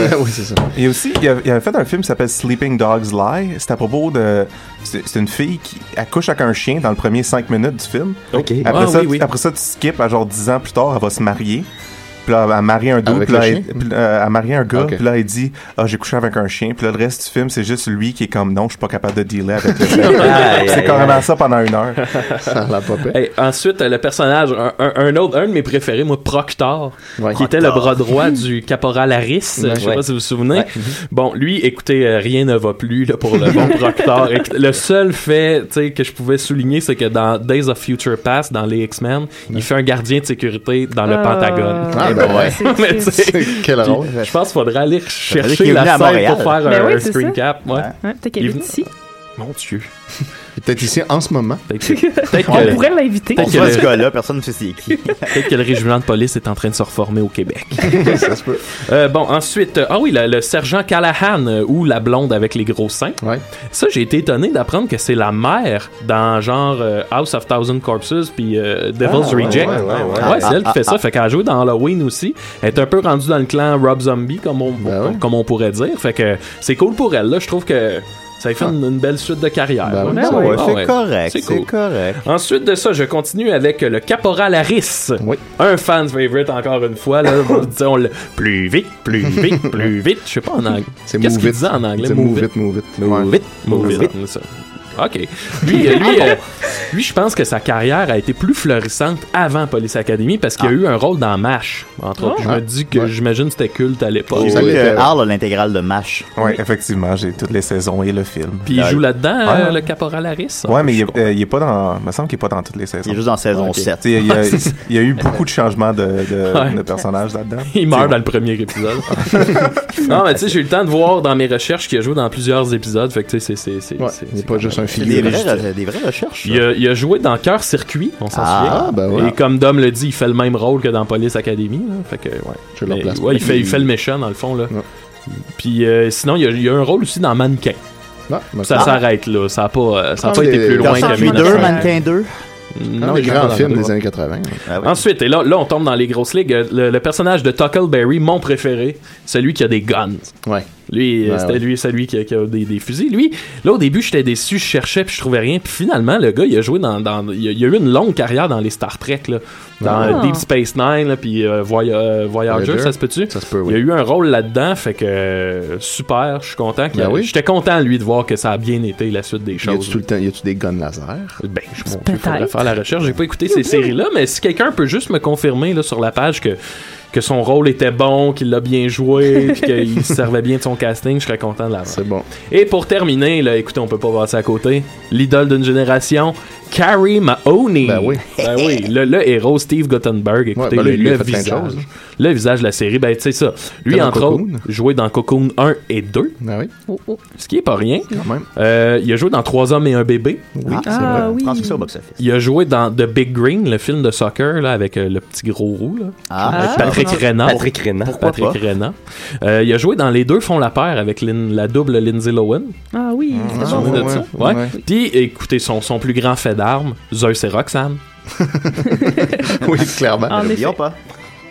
H: il y a aussi, il y a, il y a fait un film qui s'appelle Sleeping Dogs Lie. C'est à propos de. C'est c'est une fille qui accouche avec un chien dans le premier 5 minutes du film.
I: Ok.
H: Après,
I: Ah,
H: ça,
I: oui, oui.
H: après ça, tu skips à genre 10 ans plus tard, elle va se marier. Puis là, elle marie un doux,
J: Avec
H: puis là,
J: le
H: elle,
J: chien?
H: puis là, elle marie un gars,
J: Ok.
H: puis là, elle dit Ah, j'ai couché avec un chien. Puis là, le reste du film, c'est juste lui qui est comme Non, je suis pas capable de dealer avec le chien.
G: Aïe,
H: c'est
G: aïe,
H: carrément
G: aïe.
H: ça pendant une heure.
J: Ça a l'air pas pire.
G: Hey, ensuite, euh, le personnage, un, un- un autre, un de mes préférés, moi, Proctor, qui était le bras droit du caporal Harris. euh, Je sais
I: Ouais.
G: pas si vous vous souvenez. Bon, lui, écoutez, euh, rien ne va plus là, pour le bon Proctor. Et Le seul fait tu sais, que je pouvais souligner, c'est que dans Days of Future Past, dans les X-Men, il fait un gardien de sécurité dans
K: Euh,
G: le
E: Ah.
G: Pentagone.
E: Ah,
G: Eh
E: ben ouais.
G: Mais tu sais,
E: C'est-
J: quel
G: puis
J: rôle.
G: Je pense qu'il faudrait aller
J: qu'il
G: chercher
J: est
G: la
J: venu à
G: scène pour
J: Montréal.
G: faire
J: Ben
G: un
J: oui, c'est
G: screen
J: ça.
G: cap. Ouais.
K: Ouais, peut-être qu'il
G: Il est
K: habite
G: venu-
K: ici.
G: Mon Dieu.
J: Il est Peut-être ici en ce moment.
G: Peut-être
K: On pourrait l'inviter.
G: Peut-être
F: On
G: que
F: voit
G: le-
F: ce gars-là, personne ne sait c'est qui.
G: Peut-être que le régiment de police est en train de se reformer au Québec.
J: Ça se peut.
G: Euh, bon, ensuite, euh, ah oui, le, le sergent Callahan euh, ou la blonde avec les gros seins. Ça, j'ai été étonné d'apprendre que c'est la mère dans genre euh, House of Thousand Corpses puis euh, Devil's
I: Ah, ouais,
G: Reject.
I: ouais, ouais, ouais.
G: c'est elle qui fait
I: Ah, ah,
G: ça.
I: ah.
G: Fait qu'elle a joué dans Halloween aussi. Elle est un peu rendue dans le clan Rob Zombie, comme on,
J: Ben
G: comme on pourrait dire. Fait que c'est cool pour elle. Là, je trouve que ça lui fait une, une belle suite de carrière.
F: Ben
G: là.
F: oui, ça, ouais,
G: Ah
F: c'est
G: ouais.
F: correct,
G: C'est
F: c'est
G: cool.
F: correct.
G: Ensuite de ça, je continue avec le Caporal Harris. Un fan favorite encore une fois. Là, disons le plus vite, plus vite, plus vite. Je sais pas en anglais.
J: C'est
G: Qu'est-ce
J: move
G: qu'il
J: it.
G: disait en anglais?
J: C'est move it,
G: move
J: move it.
G: Move
J: Ouais.
G: it, move
J: Move
G: it. Ça. OK. Lui, euh, lui, euh, lui, je pense que sa carrière a été plus florissante avant Police Academy parce qu'il a eu un rôle dans MASH, entre autres.
F: Oh.
G: Je me dis que j'imagine que c'était culte à l'époque.
F: J'ai vu que Arl Euh, a l'intégrale de MASH.
H: Oui, effectivement, j'ai toutes les saisons et le film.
G: Puis il joue là-dedans,
H: Ouais.
G: euh, le Caporal Harris.
H: Ouais, mais il est, euh, il est pas dans. Il me semble qu'il est pas dans toutes les saisons. Il est
F: juste dans saison 7.
H: Il y, a- il y a-
G: Ouais, c'est ça.
H: il y a eu beaucoup de changements de, de-
G: Ouais.
H: de personnages là-dedans.
G: Il meurt dans le premier épisode. non, mais tu sais, j'ai eu le temps de voir dans mes recherches qu'il a joué dans plusieurs épisodes. Fait que tu sais, c'est- c'est. c'est- c'est-
J: Il n'est pas juste un
F: C'est
J: film.
F: des vraies, des vraies recherches.
G: Il a, il a joué dans Cœur Circuit, on s'en
F: Ah,
G: souvient.
F: ben voilà.
G: Et comme Dom le dit, il fait le même rôle que dans Police Academy. là. Fait que, ouais.
J: le
G: Mais,
J: place.
G: ouais, il, fait, il fait le méchant, dans le fond. Là. Puis euh, sinon, il y a, il y a un rôle aussi dans Mannequin. ça
J: ah.
G: s'arrête là. Ça n'a pas, euh, ça a
J: Ah,
G: pas été
J: des-
G: plus loin
J: Cœur
G: que
J: Circuit
G: Mannequin.
J: 2, Mannequin
F: 2.
J: Un
G: Non,
J: des
G: il est pas
J: grands
G: dans
J: films
G: le
J: des
G: droit.
J: années 80.
F: Ah
G: Ensuite, et là, là, on tombe dans les grosses ligues. Le, le personnage de Tuckleberry, mon préféré, celui qui a des guns.
J: Ouais.
G: Lui, euh,
M: Ouais,
G: c'était
M: ouais.
G: lui, c'est lui qui a, qui a des, des fusils. Lui, là, au début, j'étais déçu, je cherchais, puis je trouvais rien. Puis finalement, le gars, il a joué dans. dans- il, a, il a eu une longue carrière dans les Star Trek, là.
M: Ah.
G: Dans Deep Space Nine, là, puis euh, Voy- euh, Voyager,
M: Voyager.
G: ça se peut-tu? Il a eu un rôle là-dedans, fait que euh, super, je suis content. qu'il
J: Ben
G: a-
J: oui.
G: J'étais content, lui, de voir que ça a bien été la suite des
J: Y a-tu
G: choses.
J: tout le temps, y a-tu des guns laser?
G: Ben, je pense qu'il faudrait faire la recherche. J'ai pas écouté ces séries-là, mais si quelqu'un peut juste me confirmer là, sur la page que, que son rôle était bon, qu'il l'a bien joué, puis qu'il se servait bien de son casting, je serais content de l'avoir. C'est
J: Ah, bon.
G: Et pour terminer, là, écoutez, on peut pas passer à côté. L'idole d'une génération, Carrie Mahoney. Ben oui. Le, le héros Steve Guttenberg.
J: Ouais, ben
G: Écoutez,
J: là,
G: le,
J: il lui a
G: le
J: fait plein de
G: visage.
J: choses.
G: Le visage de la série, ben, tu sais ça. Lui,
J: Dans
G: entre
J: Cocoon.
G: autres, joué dans Cocoon 1 et 2.
J: Ah oui.
G: Ce qui est pas rien.
J: Quand même.
G: Euh, il a joué dans Trois hommes et un bébé.
F: Oui, c'est
G: Ah,
F: vrai.
G: oui.
F: Transcription au box-office.
G: Il a joué dans The Big Green, le film de soccer là, avec euh, le petit gros roux. Là.
F: Ah.
G: Avec
F: Ah.
G: Patrick
F: Ah.
G: Renan.
I: Patrick Renan. Pourquoi
G: Patrick
I: pas?
G: Renan. Euh, il a joué dans Les deux font la paire avec Lin- la double Lindsay Lohan.
K: Ah oui,
G: Vous vous
K: c'est
G: souvenez
K: bon.
G: de ça?
K: Ouais.
G: Ouais. Puis, écoutez, son, son plus grand fait d'armes, Zeus et Roxanne.
J: oui, clairement.
G: En
F: N'oublions
G: effet. pas.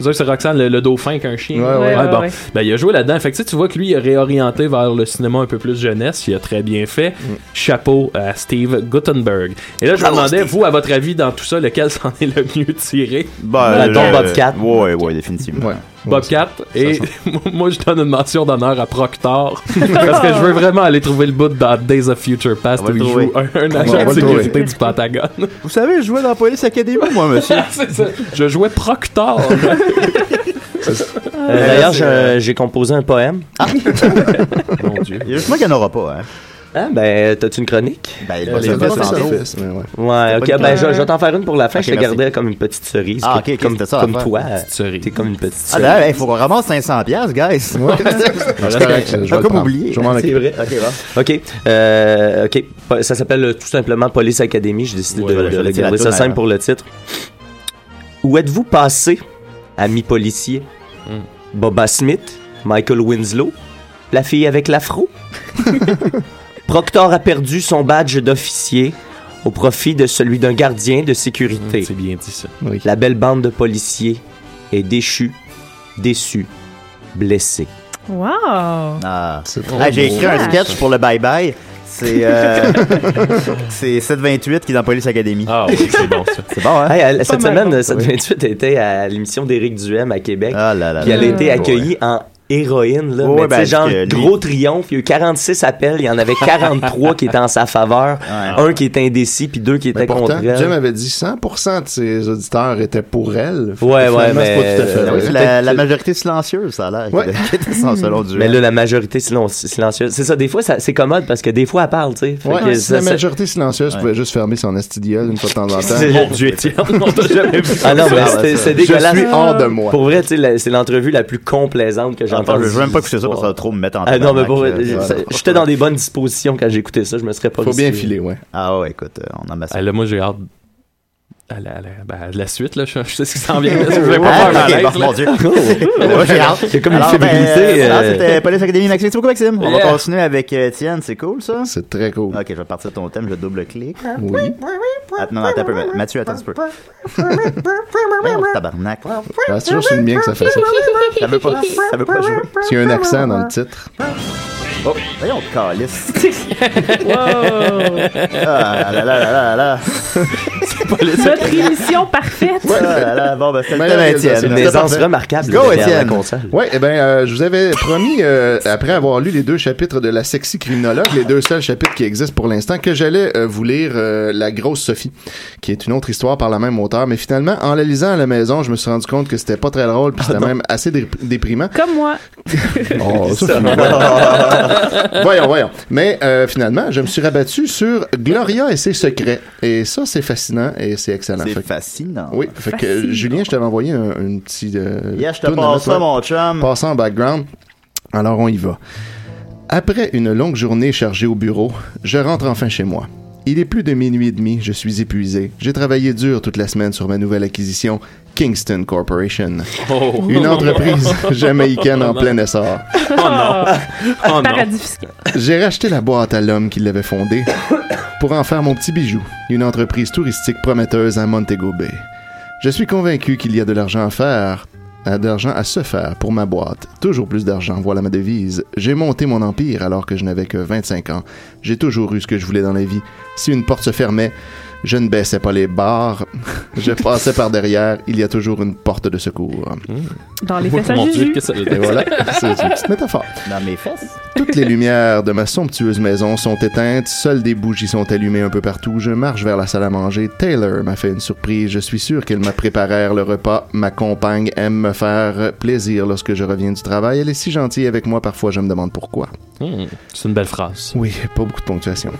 G: Zeus et Roxanne, le, le dauphin qu'un chien.
J: Ouais, ouais. Ouais, ouais,
G: bon.
J: ouais.
G: Ben, il a joué là-dedans. Fait que tu sais, tu vois que lui, il a réorienté vers le cinéma un peu plus jeunesse. Il a très bien fait.
J: Mm.
G: Chapeau à Steve Guttenberg. Et là, je me
F: Bravo,
G: demandais, vous, à votre avis, dans tout ça, lequel s'en est le mieux tiré
F: Ben,
G: La
F: le-
G: tombe Bobcat.
F: Ouais, ouais, définitivement.
G: Bobcat. Et moi, je donne une mention d'honneur à Proctor. parce que je veux vraiment aller trouver le bout dans Days of Future Past
F: On
G: où
F: va
G: il
F: le
G: joue
F: trouver.
G: un, un
F: On va
G: agent de
F: le
G: sécurité
F: trouver.
G: du Pentagone.
F: Vous savez, je jouais dans Police Academy, moi, monsieur.
G: C'est ça. Je jouais Proctor.
I: Euh, D'ailleurs, j'ai- j'ai composé un poème.
G: Mon Dieu.
F: Il y a juste moi qui en aura pas, hein.
I: Ah, ben, t'as-tu une chronique?
F: Ben, le box-office, tantôt.
I: Ouais, ok,
F: C'était pas
I: ben
F: une
I: je, je vais t'en faire une pour la fin.
F: Ok,
I: je te
F: merci.
I: gardais comme une petite cerise.
F: Ah, ok, ok,
I: comme,
F: c'était ça,
I: comme
F: la fin.
I: toi.
F: Petite
I: T'es comme une petite
F: Ah,
I: cerise.
F: là, il faut qu'on ramasse 500$, piastres, guys.
I: C'est correct, je vais
F: J'ai
I: le
F: comme
I: prendre.
F: oublié.
I: Je vais m'en
F: C'est
I: occuper.
F: vrai. Ok, bon.
I: Ok, euh, ok. Pa- Ça s'appelle euh, tout simplement Police Academy. J'ai décidé
F: Ouais,
I: de,
F: ouais,
I: de-
F: je
I: de
F: l'ai dit, la
I: garder ça
F: toune,
I: simple
F: elle.
I: pour le titre. Où êtes-vous passé, ami policier
F: Hmm.
I: Boba Smith, Michael Winslow, la fille avec l'afro Proctor a perdu son badge d'officier au profit de celui d'un gardien de sécurité.
F: Hmm,
G: C'est bien dit ça.
I: La belle bande de policiers est déchue, déçue, blessée.
K: Wow!
F: Ah. Ah, J'ai écrit un sketch pour le Bye Bye. C'est euh, c'est 728 qui est dans Police Academy.
G: Ah oui, c'est bon ça.
F: C'est bon, hein?
I: Hey, elle- cette semaine, euh, cette 28 était à l'émission d'Éric Duhem à Québec. Puis elle a
F: Ah, là.
I: été
F: Ouais.
I: accueillie en héroïne, là.
F: Ouais,
I: mais
F: ouais,
I: tu sais,
F: ben,
I: genre,
F: parce que lui-
I: gros triomphe. Il y a eu 46 appels. Il y en avait 43 qui étaient en sa faveur. Un qui était indécis, puis deux qui étaient
J: Mais pourtant,
I: contre elle.
J: Jim avait dit 100% de ses auditeurs étaient pour elle.
I: Ouais,
J: Finalement,
I: ouais,
J: c'est
I: mais-
J: pas tout à fait
I: Ah oui,
J: vrai.
F: La, la
J: Peut-être-
F: majorité silencieuse, ça a l'air.
J: Ouais.
F: qui était sans- selon Duhem.
I: Mais là, la majorité silen- silencieuse. C'est ça, des fois, ça- c'est commode parce que des fois, elle parle, tu sais. Fait
J: Ouais,
I: que
J: si
I: ça-
J: la
I: ça-
J: majorité silencieuse pouvait juste fermer son astidiole une fois de temps en temps.
I: C'est- Mon
G: Dieu, Étienne, on t'a jamais vu.
I: Ah non, mais
J: Ah,
I: c'est-
J: ouais,
I: c'est
J: ça.
I: dégueulasse.
J: Je suis hors de moi.
I: Pour vrai, tu sais, la- c'est l'entrevue la plus complaisante que j'ai
F: Attends,
I: entendue.
F: je veux même pas écouter ça parce que ça va trop me mettre en
I: Ah non, mais
F: tabarnak,
I: pour vrai,
F: euh,
I: ça-
F: voilà.
I: j'étais dans des bonnes dispositions quand j'écoutais ça, je me serais pas
F: Faut bien
I: risqué.
F: filer, ouais. Ah ouais, écoute, euh, on a massacré.
G: là, moi, j'ai hâte à la, à la- ben, à la suite, là, je, je sais ce qui s'en vient. là,
F: Ouais,
G: Je vais
H: Ah,
G: pas faire
F: ok,
G: malaise,
F: bon,
G: là.
F: mon Dieu. Moi, j'ai hâte.
I: C'est comme une
F: Alors,
I: fébrilité,
F: ben,
I: euh,
F: voilà, C'était Police Academy. Maxime, c'est beaucoup, Maxime. On
I: Yeah.
F: va continuer avec euh, Étienne. C'est cool, ça? C'est très cool. Ok, je vais partir de ton thème. Je double-clique.
J: Oui.
F: Attends, non, attends un peu. Mathieu, attends un petit peu. Oh, tabarnak.
J: Ah, c'est toujours sur le mien que ça fait ça.
F: Ça veut pas, ça veut pas jouer.
J: Parce qu'il y a un accent dans le titre.
F: Oh, voyons, calice. Ah
E: Wow!
F: là là là là là. C'est pas les
K: Notre émission parfaite!
F: Ah là là, bon, ben, c'est le
J: Mais
F: thème à
J: là,
F: Étienne.
J: c'est
F: C'était
J: une aisance
F: parfait.
J: remarquable,
F: Go,
J: derrière la
F: Étienne.
J: console. Ouais, eh ben, euh, je vous avais promis, euh, après avoir lu les deux chapitres de La sexy criminologue, les deux seuls chapitres qui existent pour l'instant, que j'allais euh, vous lire euh, La grosse Sophie, qui est une autre histoire par la même auteur. Mais finalement, en la lisant à la maison, je me suis rendu compte que c'était pas très drôle, puis c'était même assez dé- déprimant.
K: Comme moi.
J: Oh, ça,
F: Ah,
J: voyons, voyons. Mais euh, finalement, je me suis rabattu sur Gloria et ses secrets. Et ça, c'est fascinant et c'est excellent.
F: C'est
J: Fait que-
F: fascinant.
J: Oui, fait que euh, Julien, je t'avais envoyé un, une petite. euh,
F: Yeah, je te
J: toune à
F: passe
J: mettre,
F: ça,
J: ouais.
F: mon chum.
J: Passons en background. Alors, on y va. Après une longue journée chargée au bureau, je rentre enfin chez moi. Il est plus de minuit et demi, je suis épuisé. J'ai travaillé dur toute la semaine sur ma nouvelle acquisition, Kingston Corporation.
E: Oh.
J: Une entreprise jamaïcaine en plein essor.
E: Oh non!
K: Ah.
E: Oh
K: Paradis fiscal.
J: J'ai racheté la boîte à l'homme qui l'avait fondée pour en faire mon petit bijou, une entreprise touristique prometteuse à Montego Bay. Je suis convaincu qu'il y a de l'argent à faire, euh, d'argent à se faire pour ma boîte. Toujours plus d'argent, voilà ma devise. J'ai monté mon empire alors que je n'avais que 25 ans. J'ai toujours eu ce que je voulais dans la vie. Si une porte se fermait, je ne baissais pas les barres. je passais par derrière. Il y a toujours une porte de secours.
K: Dans les fesses à Mon Dieu, Juju. qu'est-ce que ça veut
J: Et
K: dire?
J: voilà, c'est une petite métaphore.
F: Dans mes fesses.
J: Toutes les lumières de ma somptueuse maison sont éteintes, seules des bougies sont allumées un peu partout. Je marche vers la salle à manger. Taylor m'a fait une surprise. Je suis sûr qu'elle m'a préparé le repas. Ma compagne aime me faire plaisir lorsque je reviens du travail. Elle est si gentille avec moi, parfois je me demande pourquoi.
G: Hmm, c'est une belle phrase.
J: Oui, pas beaucoup de ponctuation.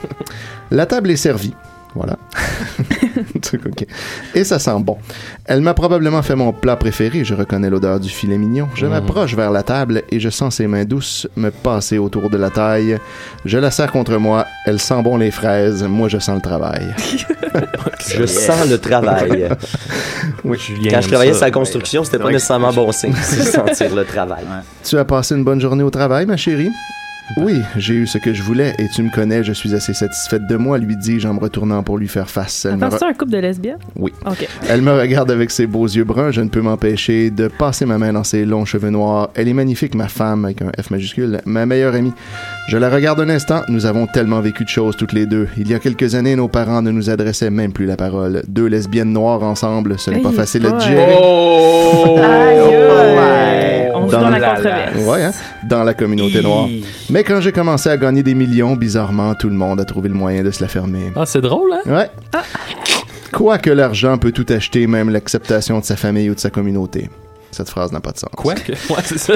J: La table est servie. Voilà. Truc, ok. Et ça sent bon. Elle m'a probablement fait mon plat préféré. Je reconnais l'odeur du filet mignon. Je
M: Mm.
J: m'approche vers la table et je sens ses mains douces me passer autour de la taille. Je la serre contre moi. Elle sent bon les fraises. Moi, je sens le travail.
I: Je sens le travail.
J: oui.
I: Quand je travaillais sur la construction, c'était pas nécessairement bon signe de sentir le travail.
J: Tu as passé une bonne journée au travail, ma chérie? Oui, j'ai eu ce que je voulais et tu me connais, je suis assez satisfaite de moi, lui dis-je en me retournant pour lui faire face. Elle me
K: Attends,
J: re-
K: c'est un couple de lesbiennes?
J: Oui.
K: OK.
J: Elle me regarde avec ses beaux yeux bruns, je ne peux m'empêcher de passer ma main dans ses longs cheveux noirs. Elle est magnifique, ma femme, avec un F majuscule, ma meilleure amie. Je la regarde un instant, nous avons tellement vécu de choses toutes les deux. Il y a quelques années, nos parents ne nous adressaient même plus la parole. Deux lesbiennes noires ensemble, ce n'est pas
M: Hey,
J: facile à
M: boy.
J: digérer.
M: Oh! Aïe, aïe. On joue dans la
J: la-
M: controverse.
J: Ouais, hein, dans la communauté noire. Mais quand j'ai commencé à gagner des millions, bizarrement, tout le monde a trouvé le moyen de se la fermer.
G: Ah, c'est drôle, hein?
J: Ouais. Quoique l'argent peut tout acheter, même l'acceptation de sa famille ou de sa communauté. Cette phrase n'a pas de sens.
G: Quoi? que- Ouais, c'est ça.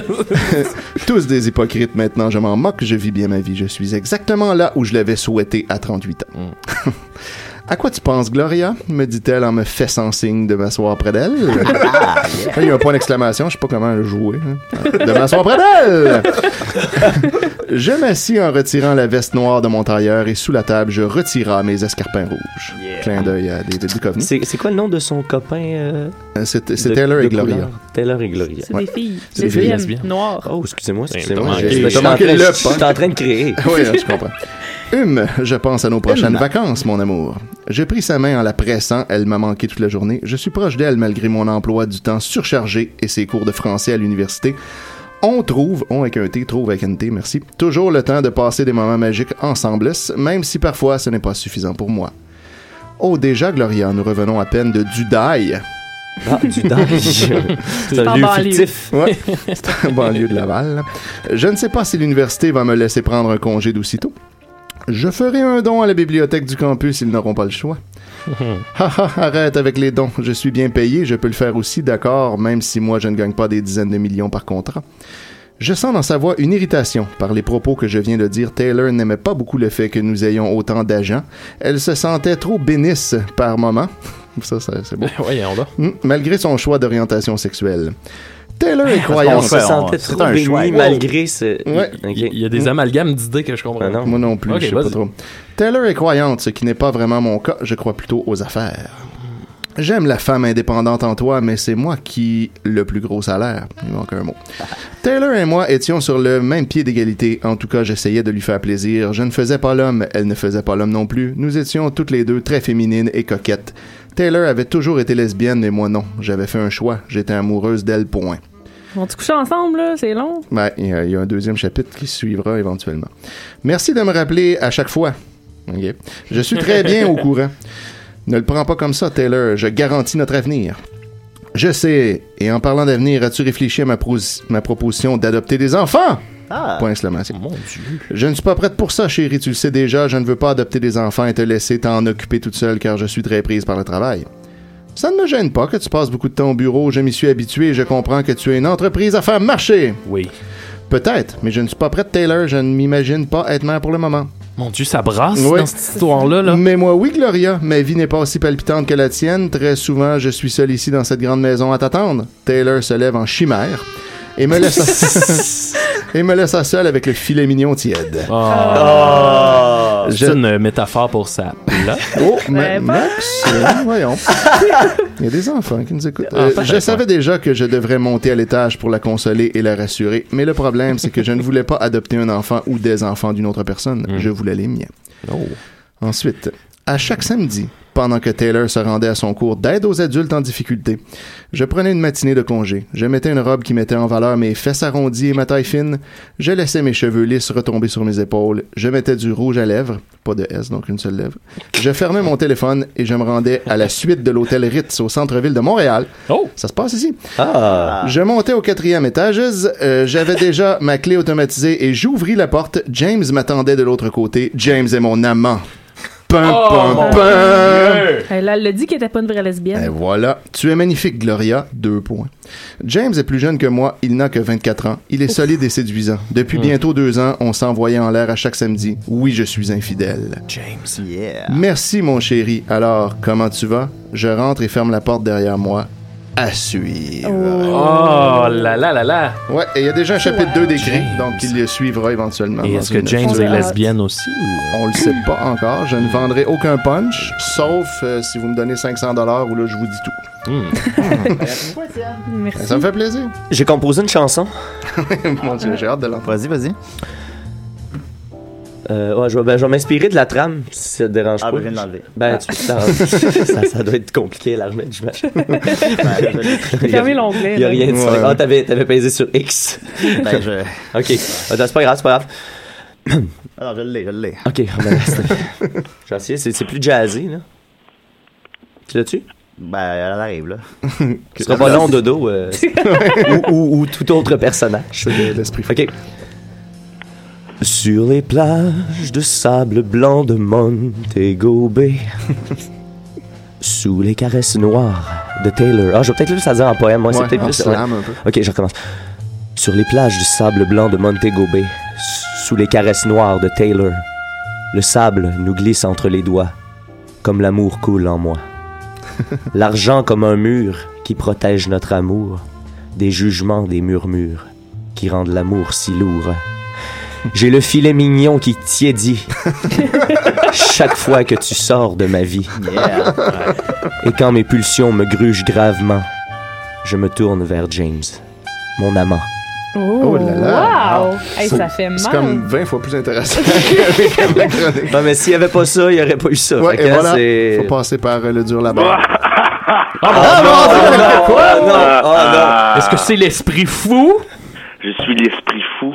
J: Tous des hypocrites maintenant, je m'en moque, je vis bien ma vie, je suis exactement là où je l'avais souhaité à 38 ans.
I: Mm.
J: À quoi tu penses, Gloria? me dit-elle en me faisant signe de m'asseoir près d'elle. Là,
I: Ah,
J: Il y a un point d'exclamation, je sais pas comment le jouer. hein. De m'asseoir près d'elle! je m'assis en retirant la veste noire de mon tailleur et sous la table, je retira mes escarpins rouges. Clin d'œil à David Duchovny.
I: C'est c'est quoi le nom de son copain? euh,
J: Euh, C'est c'est
I: de-
J: Taylor
I: de
J: et Gloria.
I: couleur? Taylor et Gloria.
J: C'est des Ouais. filles C'est des filles lesbiennes, lesbiennes.
K: noires.
I: Oh, excusez-moi,
G: Ben,
J: t'as
I: excusez-moi.
J: manqué-
I: Je je- je
J: t'as
I: suis en train-
J: manqué le
I: je suis
J: punch.
I: en train de créer.
J: oui, je comprends. Hum, je pense à nos prochaines vacances, mon amour. J'ai pris sa main en la pressant, elle m'a manqué toute la journée. Je suis proche d'elle malgré mon emploi du temps surchargé et ses cours de français à l'université. On trouve, on avec un T, trouve avec un T, merci, toujours le temps de passer des moments magiques ensemble, même si parfois ce n'est pas suffisant pour moi. Oh, déjà, Gloria, nous revenons à peine de Dudaï.
I: Ah, Dudaï. C'est un
J: En
I: lieu
J: banlieue.
I: fictif.
J: Ouais. C'est un banlieue de Laval. Je ne sais pas si l'université va me laisser prendre un congé d'aussitôt. Je ferai un don à la bibliothèque du campus, ils n'auront pas le choix. Ha ha, arrête avec les dons. Je suis bien payé, je peux le faire aussi, d'accord, même si moi je ne gagne pas des dizaines de millions par contrat. Je sens dans sa voix une irritation par les propos que je viens de dire. Taylor n'aimait pas beaucoup le fait que nous ayons autant d'agents. Elle se sentait trop bénisse par moments. Ça, ça, c'est beau.
G: Voyons donc.
J: Mm, Malgré son choix d'orientation sexuelle. Taylor est croyante.
I: On se sentait trop béni malgré ce...
J: Ouais.
I: Ok.
G: Il y a des amalgames d'idées que je comprends.
J: Ah non. Moi non plus,
G: Ok,
J: je sais
G: vas-y.
J: pas trop. Taylor est croyante, ce qui n'est pas vraiment mon cas. Je crois plutôt aux affaires. J'aime la femme indépendante en toi, mais c'est moi qui le plus gros salaire. Il manque un mot. Taylor et moi étions sur le même pied d'égalité. En tout cas, j'essayais de lui faire plaisir. Je ne faisais pas l'homme, elle ne faisait pas l'homme non plus. Nous étions toutes les deux très féminines et coquettes. Taylor avait toujours été lesbienne, mais moi non. J'avais fait un choix. J'étais amoureuse d'elle, point.
K: Vont-tu coucher ensemble, là? C'est long.
J: Ouais, Ben, il y, a- il y a un deuxième chapitre qui suivra éventuellement. Merci de me rappeler à chaque fois. Ok. Je suis très bien au courant. Ne le prends pas comme ça, Taylor. Je garantis notre avenir. Je sais. Et en parlant d'avenir, as-tu réfléchi à ma, pros- ma proposition d'adopter des enfants?
F: Ah.
J: Point d'exclamation. Je ne suis pas prête pour ça, chérie. Tu le sais déjà. Je ne veux pas adopter des enfants et te laisser t'en occuper toute seule car je suis très prise par le travail. Ça ne me gêne pas que tu passes beaucoup de temps au bureau, je m'y suis habitué et je comprends que tu es une entreprise à faire marcher.
G: Oui.
J: Peut-être, mais je ne suis pas prête, Taylor, je ne m'imagine pas être mère pour le moment.
G: Mon Dieu, ça brasse
J: Oui.
G: dans cette histoire-là. Là.
J: Mais moi, oui, Gloria, ma vie n'est pas aussi palpitante que la tienne. Très souvent, je suis seul ici dans cette grande maison à t'attendre. Taylor se lève en chimère et me laisse, et me laisse à seul avec le filet mignon tiède.
G: Ah.
J: Je-
G: C'est une métaphore pour ça. Là.
J: Oh, ma- Max, euh, voyons. Il y a des enfants qui nous écoutent. Euh,
G: Enfin,
J: je
G: ouais.
J: savais déjà que je devrais monter à l'étage pour la consoler et la rassurer, mais le problème, c'est que je ne voulais pas adopter un enfant ou des enfants d'une autre personne. Je voulais les miens. Ensuite, à chaque samedi, pendant que Taylor se rendait à son cours d'aide aux adultes en difficulté. Je prenais une matinée de congé. Je mettais une robe qui mettait en valeur mes fesses arrondies et ma taille fine. Je laissais mes cheveux lisses retomber sur mes épaules. Je mettais du rouge à lèvres. Pas de S, donc une seule lèvre. Je fermais mon téléphone et je me rendais à la suite de l'hôtel Ritz au centre-ville de Montréal.
I: Oh!
J: Ça se passe ici.
I: Ah!
J: Je montais au quatrième étage. Euh, J'avais déjà ma clé automatisée et j'ouvris la porte. James m'attendait de l'autre côté. James est mon amant. Pam,
K: Oh,
J: pam,
K: mon
J: pam.
K: Elle, Euh, elle l'a dit qu'elle était pas une vraie lesbienne.
J: Et voilà. Tu es magnifique, Gloria. Deux points. James est plus jeune que moi. Il n'a que 24 ans. Il est solide et séduisant. Depuis
F: Hmm.
J: bientôt deux ans, on s'envoyait en l'air à chaque samedi. Oui, je suis infidèle. James.
F: Yeah.
J: Merci, mon chéri. Alors, comment tu vas? Je rentre et ferme la porte derrière moi. À suivre.
G: Oh là là là là.
J: Ouais, et il y a déjà un chapitre 2 d'écrit, donc il le suivra éventuellement.
G: Et
J: dans
G: est-ce
J: une
G: que James
J: autre-
G: est
K: ah,
G: lesbienne aussi
J: On le sait pas encore. Je ne vendrai aucun punch, sauf euh, si vous me donnez 500 dollars ou là je vous dis tout.
K: Merci.
J: Ça me fait plaisir.
I: J'ai composé une chanson.
J: Mon Dieu, j'ai hâte de l'entendre.
F: Vas-y, vas-y.
I: Euh, ouais, je vais, ben, je vais m'inspirer de la trame, si ça te dérange
F: Ah, ben,
I: pas.
F: je viens de l'enlever.
I: Ben,
F: Ah.
I: tu- ça, ça, ça doit être compliqué, la remettre, j'imagine.
F: Ben,
I: Il y a-
K: Fermez l'onglet,
I: Il y a
K: là.
I: rien de
K: Ouais.
I: ça. Ah, t'avais, t'avais pesé sur X.
F: Ben, je-
I: Ok. Attends, c'est pas grave, c'est pas grave.
F: Alors, Ah, je l'ai, je l'ai.
I: Ok, ben, là, c'est- j'ai essayé, c'est, c'est plus jazzy, là. Tu l'as-tu?
F: Ben, elle arrive, là.
I: Ce sera pas long, Dodo. euh, ou, ou- ou tout autre personnage. Ok. Sur les plages de sable blanc de Montego Bay, sous les caresses noires de Taylor. Ah, je vais peut-être plus à dire en poème, moi,
J: Ouais,
I: c'est peut-être
J: en
I: plus.
J: slam un
I: Ok, je recommence. Sur les plages du sable blanc de Montego Bay, sous les caresses noires de Taylor, le sable nous glisse entre les doigts, comme l'amour coule en moi. L'argent comme un mur qui protège notre amour des jugements, des murmures qui rendent l'amour si lourd. J'ai le filet mignon qui tiédit chaque fois que tu sors de ma vie.
F: Yeah.
I: Et quand mes pulsions me grugent gravement, je me tourne vers James, mon amant.
K: Oh,
J: Oh là là.
K: Wow! Hey, ça fait mal. Ben,
J: C'est comme 20 fois plus intéressant qu'avec la chronique.
I: Non, mais s'il n'y avait pas ça, il n'y aurait pas eu ça.
J: Ouais,
I: Fait
J: et
I: que
J: voilà.
I: c'est-
J: Faut passer par euh, le dur là-bas.
F: Ah,
G: Est-ce que c'est l'esprit fou?
L: Je suis l'esprit fou.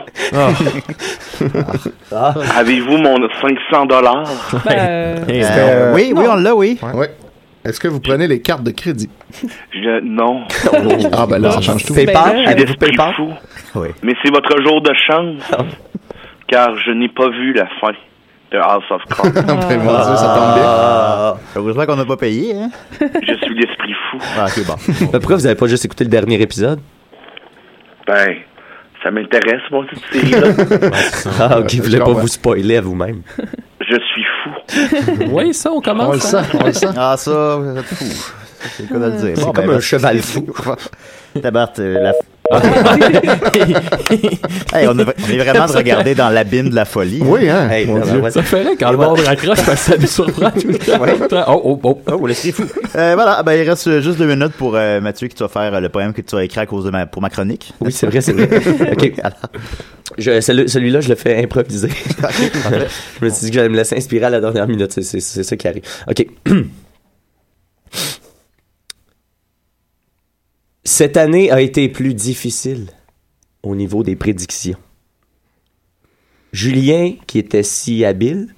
I: Ah.
L: Avez-vous mon 500 dollars?
K: ben, euh,
J: oui,
F: oui, on l'a, oui.
J: Ouais. Est-ce que vous prenez les cartes de crédit?
L: Je, non.
J: Ah, ben là, ça change tout.
L: Je suis l'esprit fou.
F: Oui.
L: Mais c'est votre jour de chance. car je n'ai pas vu la fin de House of Cards.
J: Ben, mon Dieu, ça tombe bien.
F: Ah. Heureusement qu'on n'a pas payé, hein.
L: je suis l'esprit fou.
F: Ah, c'est bon.
I: Ben, pourquoi vous n'avez pas juste écouté le dernier épisode?
L: Ben, ça m'intéresse, moi, cette série-là.
I: Ah, ok, vous voulez
L: je
I: pas
L: vois.
I: vous spoiler à vous-même.
G: Ah, ben,
L: je suis fou.
G: Oui, ça, on commence. hein.
F: Ah, ça, vous êtes fou. C'est le cas de le dire.
I: C'est comme
G: ben,
I: un cheval
F: fou. Tabarte, euh, la. Hey, on, est- on est vraiment de regarder dans l'abîme de la folie.
J: Oui, hein.
F: Hey,
I: Ah,
J: mon
F: ça
J: Dieu.
F: va-
G: Ça ferait quand le monde raccroche parce que ça nous surprend tout le temps. Oh, oh, oh.
F: Oh, le c'est fou. Euh, voilà, ben, il reste euh, juste deux minutes pour euh, Mathieu qui tu vas faire euh, le poème que tu as écrit à cause de ma, pour ma chronique.
I: Oui, c'est vrai, c'est vrai. OK. Je- celui- Celui-là, je le fais improviser. je me suis dit que j'allais me laisser inspirer à la dernière minute. C'est- C'est c'est ça qui arrive. OK. Cette année a été plus difficile au niveau des prédictions. Julien, qui était si habile,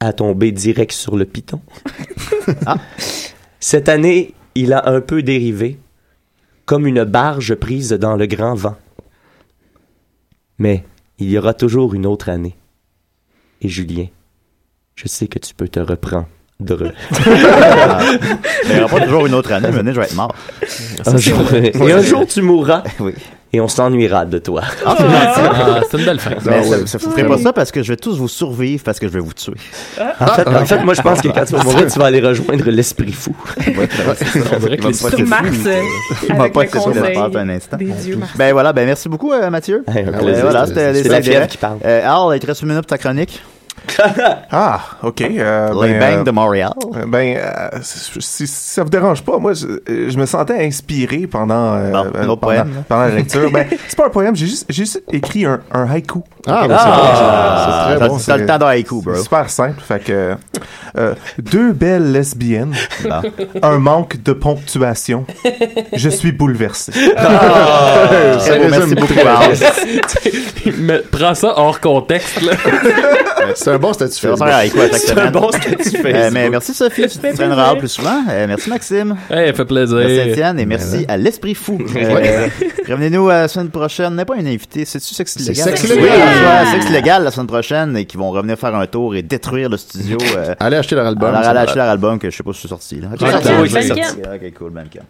I: a tombé direct sur le piton. Ah. Cette année, il a un peu dérivé, comme une barge prise dans le grand vent. Mais il y aura toujours une autre année. Et Julien, je sais que tu peux te reprendre.
F: Ah. Il n'y aura pas toujours une autre année, mais je vais être mort.
I: Un jour- et un jour, tu mourras. Et on s'ennuiera de toi.
F: Ah, c'est gentil.
G: Ah, c'est une belle fin.
F: Mais
I: Ah,
F: ça,
I: ouais.
F: ça vous ferait pas ça parce que je vais tous vous survivre parce que je vais vous tuer.
I: En fait, en fait, moi, je pense que quand tu vas mourir, tu vas aller rejoindre l'esprit fou.
F: On dirait
I: que les-
K: Sur Mars, euh,
F: Il m'a
K: avec
F: pas
K: le
F: été sûr de
K: conseil
F: faire un instant.
K: des dieux Mars.
F: Ben voilà, ben merci beaucoup euh, Mathieu.
I: Hey, un
F: Euh,
I: plaisir.
F: voilà, c'était
I: C'est
F: les
I: la
F: Cinq
I: fièvre
F: Dérets.
I: qui parle.
F: Euh, Al, il te reste une minute pour ta chronique.
H: Ah, OK. euh,
F: Les
H: ben,
F: bangs
H: euh,
F: de Montréal.
H: euh, Ben, euh, si, si ça vous dérange pas, moi, je, euh, je me sentais inspiré pendant, euh, euh,
F: un
H: pendant,
F: autre poème.
H: pendant la lecture. ben, c'est pas un poème, j'ai juste, j'ai juste écrit un, un haïku.
F: Ah, ben, c'est Ah, bon, c'est très t'as- bon, t'as c'est- le temps d'un haïku, bro.
H: C'est super simple. Fait que, euh, deux belles lesbiennes,
F: Bon.
H: un manque de ponctuation, je suis bouleversé.
G: Ah,
H: Ça
G: ça
H: résume
G: résume
H: beaucoup.
G: Mais prends Ah, ça hors contexte, là.
J: C'est un bon statut
F: Ça va faire avec quoi,
G: C'est un bon statut
F: Euh,
G: Facebook.
F: mais merci Sophie, tu te traîneras
G: plaisir.
F: plus souvent. Euh, merci Maxime.
G: Hey, fait plaisir.
F: Merci Étienne et merci
G: Voilà.
F: à l'esprit fou. Euh,
G: Ouais.
F: Revenez-nous euh, la semaine prochaine. N'est pas un invité, c'est-tu sexe illégal?
J: Sexe
F: Oui,
J: Illégal.
F: on reçoit sexe illégal la semaine prochaine et qui vont revenir faire un tour et détruire le studio. euh,
J: Allez acheter leur album.
F: alors,
J: ça
F: allez
J: va.
F: acheter leur album que je sais pas si c'est sorti. là.
J: Bandcamp.
F: Ok, c'est sorti.
J: Bandcamp.
F: Ok, cool, Bandcamp.